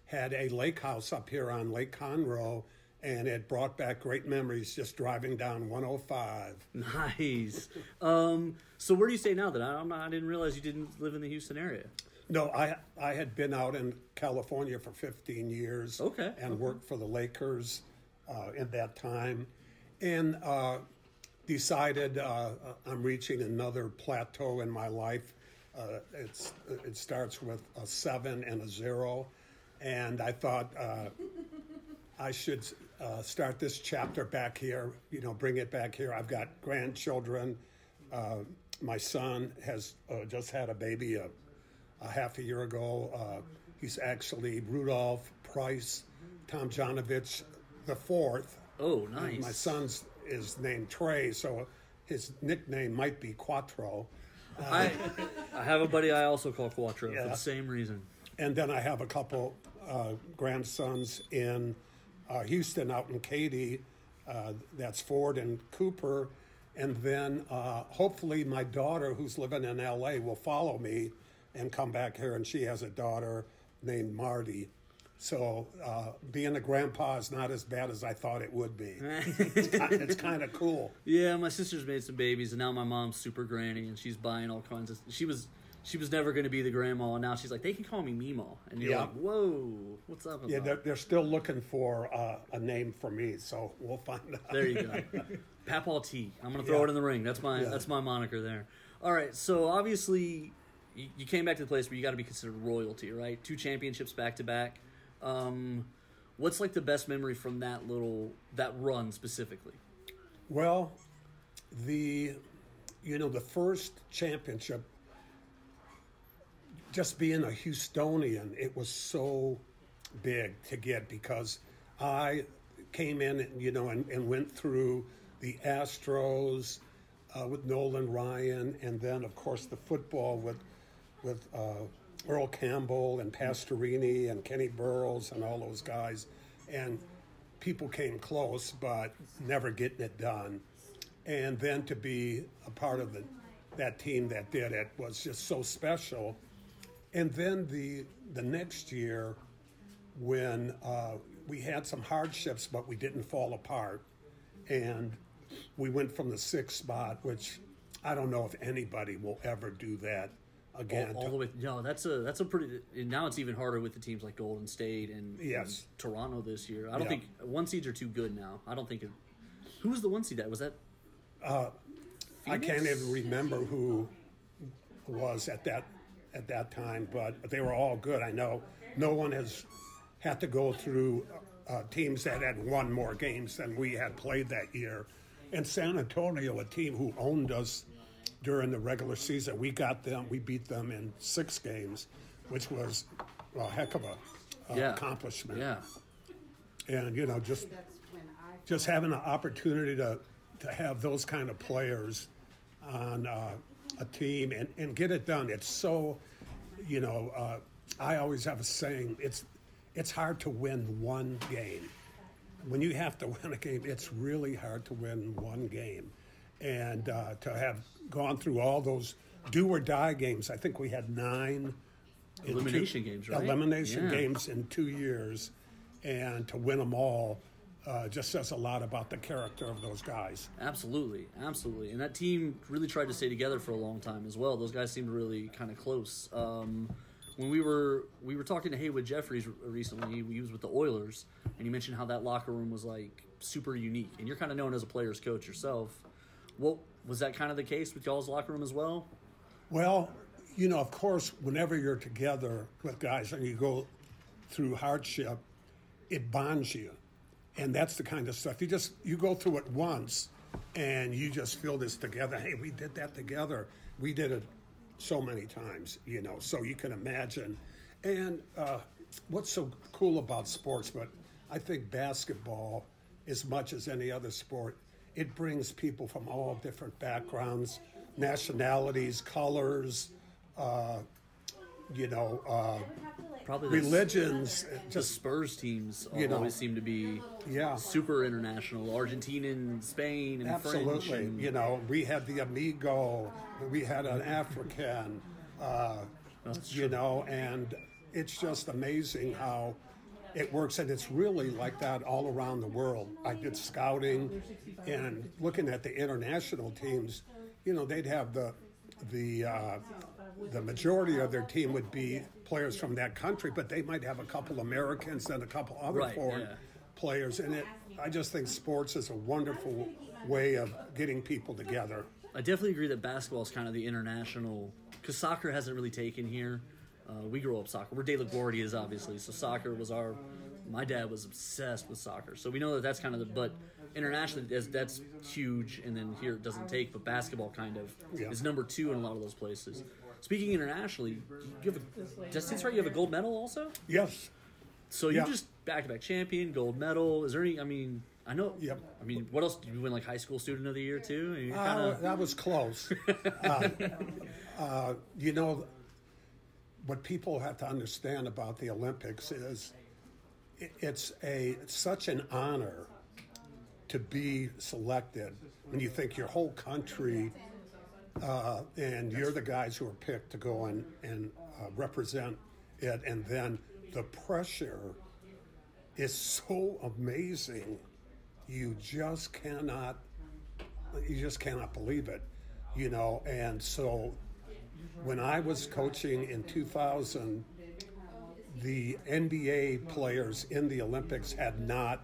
C: had a lake house up here on Lake Conroe, and it brought back great memories just driving down 105.
A: Nice. Um, so where do you stay now? That I, I'm, I didn't realize you didn't live in the Houston area.
C: No, I I had been out in California for 15 years.
A: Okay,
C: And worked for the Lakers uh, in that time, and uh, decided uh, I'm reaching another plateau in my life. Uh, it's it starts with a seven and a zero, and I thought uh, I should uh, start this chapter back here. You know, bring it back here. I've got grandchildren. Uh, my son has uh, just had a baby a, a half a year ago. Uh, he's actually Rudolph Price Tom Janovich the fourth.
A: Oh,
C: And My
A: nice.
C: son's is named Trey, so his nickname might be Quattro.
A: I, I have a buddy I also call Quattro for
C: Yeah.
A: the same reason.
C: And then I have a couple uh, grandsons in uh, Houston out in Katy. Uh, that's Ford and Cooper. And then uh, hopefully my daughter, who's living in LA, will follow me and come back here. And she has a daughter named Marty. So uh, being a grandpa is not as bad as I thought it would be. it's kind, it's kind of cool.
A: Yeah, my sister's made some babies, and now my mom's super granny, and she's buying all kinds of. She was she was never going to be the grandma, and now she's like, they can call me Meemaw, and you're
C: Yeah.
A: like, whoa, what's up?
C: Yeah,
A: about
C: they're, they're still looking for uh, a name for me, so we'll find out.
A: There you go. Papal T. I'm gonna throw
C: Yeah.
A: it in the ring. That's my
C: Yeah.
A: that's my moniker there. All right. So obviously, you, you came back to the place where you got to be considered royalty, right? Two championships back to back. Um, what's like the best memory from that little that run specifically?
C: Well, the you know the first championship, just being a Houstonian, it was so big to get because I came in you know and, and went through the Astros uh, with Nolan Ryan, and then of course the football with with uh, Earl Campbell and Pastorini and Kenny Burroughs and all those guys, and people came close but never getting it done. And then to be a part of the, that team that did it was just so special. And then the the next year, when uh, we had some hardships, but we didn't fall apart, and we went from the sixth spot, which I don't know if anybody will ever do that again.
A: All the way. No, that's a that's a pretty. And now it's even harder with the teams like Golden State and, and
C: Yes.
A: Toronto this year. I don't
C: Yeah.
A: think one seeds are too good now. I don't think. It, who was the one seed that was that?
C: I can't even remember who was at that at that time, but they were all good. I know no one has had to go through uh, teams that had won more games than we had played that year. And San Antonio, a team who owned us during the regular season, we got them. We beat them in six games, which was a heck of a uh,
A: Yeah.
C: accomplishment
A: Yeah.
C: and you know just just having an opportunity to to have those kind of players on uh, a team and and get it done it's so you know uh, i always have a saying it's it's hard to win one game when you have to win a game it's really hard to win one game and uh, to have gone through all those do or die games i think we had nine in two-
A: Elimination games, right?
C: elimination
A: Yeah.
C: games games in two years, and to win them all uh, just says a lot about the character of those guys.
A: Absolutely, absolutely, and that team really tried to stay together for a long time as well. Those guys seemed really kind of close. Um, when we were we were talking to Haywood Jeffries re- recently, he was with the Oilers, and you mentioned how that locker room was like super unique. And you're kind of known as a player's coach yourself. What was that kind of the case with y'all's locker room as well?
C: Well, you know, of course, whenever you're together with guys and you go through hardship, it bonds you. And that's the kind of stuff you just you go through it once and you just feel this together. Hey, we did that together. We did it so many times, you know, so you can imagine. And uh, what's so cool about sports, but I think basketball, as much as any other sport, it brings people from all different backgrounds, nationalities, colors, uh, you know, uh,
A: Probably the-
C: religions. uh,
A: The
C: Just
A: Spurs teams
C: You know.
A: always seem to be
C: yeah,
A: super international. Argentina and Spain and French.
C: absolutely.
A: and-
C: You know, we had the amigo, we had an African, uh, you know, and it's just amazing how it works, and it's really like that all around the world. I did scouting and looking at the international teams. You know, they'd have the the uh, the majority of their team would be players from that country, but they might have a couple Americans and a couple other
A: Right,
C: foreign
A: yeah.
C: players. And it, I just think sports is a wonderful way of getting people together.
A: I definitely agree that basketball is kind of the international because soccer hasn't really taken here. Uh, we grew up soccer. We're De La Guardias, obviously, so soccer was our. My dad was obsessed with soccer, so we know that that's kind of the. But internationally, that's, that's huge, and then here it doesn't take. But basketball kind of
C: Yeah.
A: is number two in a lot of those places. Speaking internationally, you have a, just that's right. You have a gold medal also.
C: Yes,
A: So you
C: Yeah.
A: just back to back champion, gold medal. Is there any? I mean, I know.
C: Yep. Uh,
A: I mean, what else did you win? Like high school student of the year too. And you
C: I-
A: kinda-
C: that was close. Uh, uh, you know, what people have to understand about the Olympics is i- it's a it's such an honor to be selected when you think your whole country uh, and you're the guys who are picked to go and, and uh, represent it and then the pressure is so amazing you just cannot you just cannot believe it you know and so when i was coaching in 2000 the nba players in the olympics had not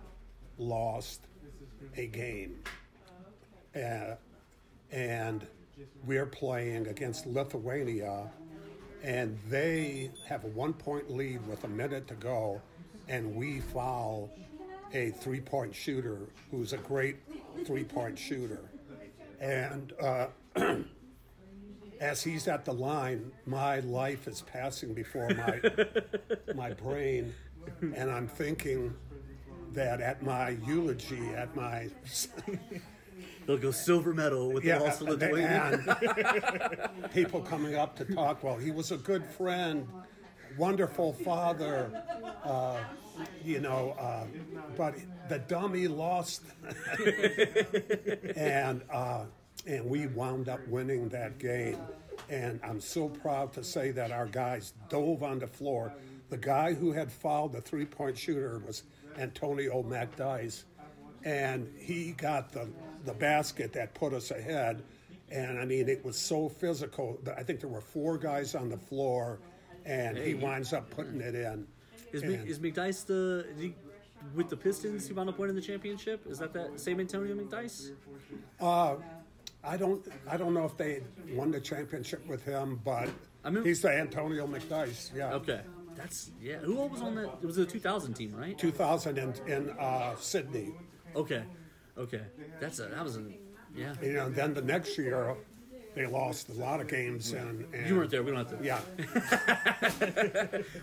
C: lost a game uh, and we're playing against lithuania and they have a one point lead with a minute to go, and we foul a three point shooter who's a great three point shooter. And uh, as he's at the line, my life is passing before my, my brain, and I'm thinking that at my eulogy, at my
F: They'll go silver medal with the loss to
C: and-
F: Lithuania.
C: and people coming up to talk. Well, he was a good friend, wonderful father, uh, you know, uh, but the dummy lost, and uh, and we wound up winning that game. And I'm so proud to say that our guys dove on the floor. The guy who had fouled the three-point shooter was Antonio MacDice and he got the the basket that put us ahead. And I mean, it was so physical. that I think there were four guys on the floor, and he winds up putting it in.
F: Is, Mc, is McDice the did he, with the Pistons? He wound up winning the championship. Is that that same Antonio McDice?
C: I don't I don't know if they won the championship with him, but
F: I mean-
C: he's the Antonio McDice. Yeah.
F: Okay, that's yeah. Who all was on that? It was the 2000 team, right?
C: 2000 in, in uh, Sydney.
F: Okay, okay. That's a that was a yeah.
C: You know, then the next year, they lost a lot of games. And, and
F: You weren't there. We don't have to.
C: Yeah.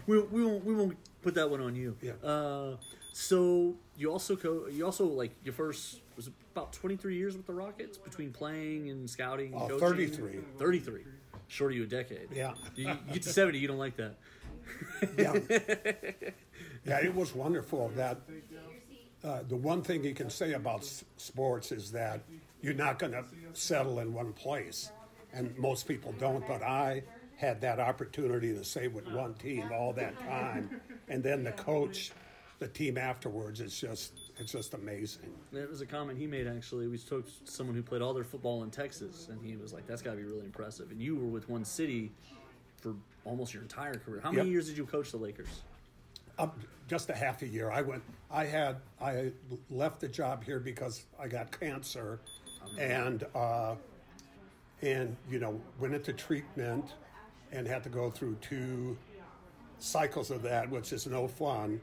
F: We, we won't we won't put that one on you.
C: Yeah.
F: Uh, so you also co- you also like your first was it about 23 years with the Rockets between playing and scouting. And
C: Uh,
F: coaching?
C: 33.
F: 33. Short of you a decade.
C: Yeah.
F: You, you get to 70, you don't like that.
C: yeah. yeah, it was wonderful that uh, the one thing you can say about s- sports is that you're not going to settle in one place. And most people don't, but I had that opportunity to stay with one team all that time. And then the coach, the team afterwards, it's just, it's just amazing.
F: That was a comment he made actually. We spoke to someone who played all their football in Texas, and he was like, "That's got to be really impressive." And you were with one city for almost your entire career. How many
C: Yep.
F: years did you coach the Lakers?
C: up just a half a year. I went. I had. I left the job here because I got cancer, and uh, and you know went into treatment, and had to go through two cycles of that, which is no fun.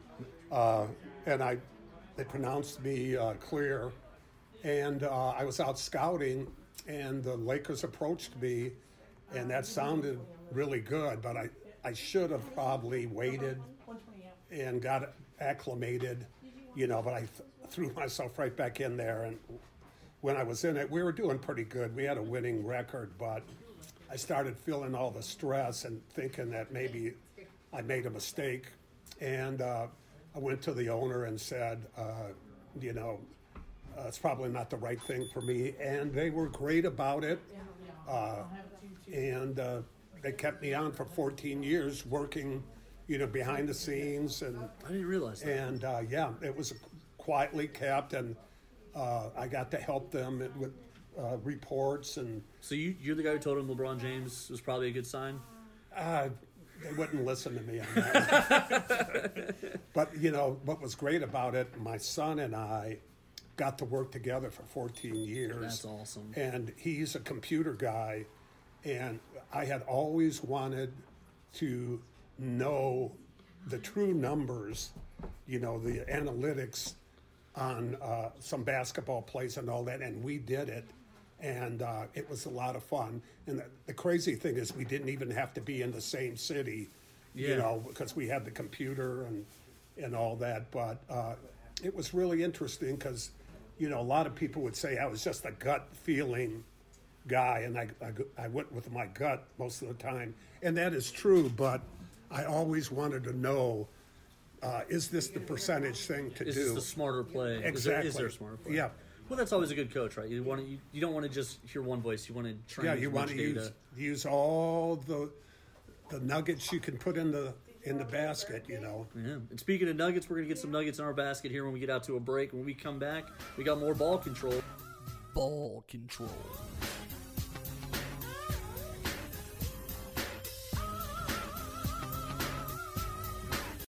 C: Uh, and I, they pronounced me uh, clear, and uh, I was out scouting, and the Lakers approached me, and that sounded really good, but I I should have probably waited and got acclimated, you know, but I th- threw myself right back in there. And when I was in it, we were doing pretty good. We had a winning record, but I started feeling all the stress and thinking that maybe I made a mistake. And uh, I went to the owner and said, uh, you know, uh, it's probably not the right thing for me. And they were great about it. Uh, and uh, they kept me on for 14 years working, you know, behind the scenes and
F: I didn't realize that.
C: and uh, yeah, it was quietly kept, and uh, I got to help them with uh, reports, and
F: So you you're the guy who told him LeBron James was probably a good sign.
C: uh, they wouldn't listen to me. On that. but you know what was great about it? My son and I got to work together for 14 years.
F: That's awesome.
C: and he's a computer guy and i had always wanted to know the true numbers you know the analytics on uh, some basketball plays and all that and we did it and uh, it was a lot of fun and the, the crazy thing is we didn't even have to be in the same city you
F: Yeah.
C: know because we had the computer and and all that. But uh, it was really interesting because, you know, a lot of people would say I was just a gut feeling guy, and I, I go- I went with my gut most of the time, and that is true. But I always wanted to know uh, is this the percentage thing to
A: Is
C: do?
A: this the smarter play? Is there- Is there a
C: Exactly.
A: smarter play?
C: Yeah.
A: Well, that's always a good coach, right? You want to, you, you don't want to just hear one voice. You want to try.
C: yeah,
A: and
C: you
A: want
C: want to use use all the the nuggets you can put in the in the basket. You know,
A: Yeah. And speaking of nuggets, we're gonna get some nuggets in our basket here when we get out to a break. When we come back, we got more ball control.
F: Ball control.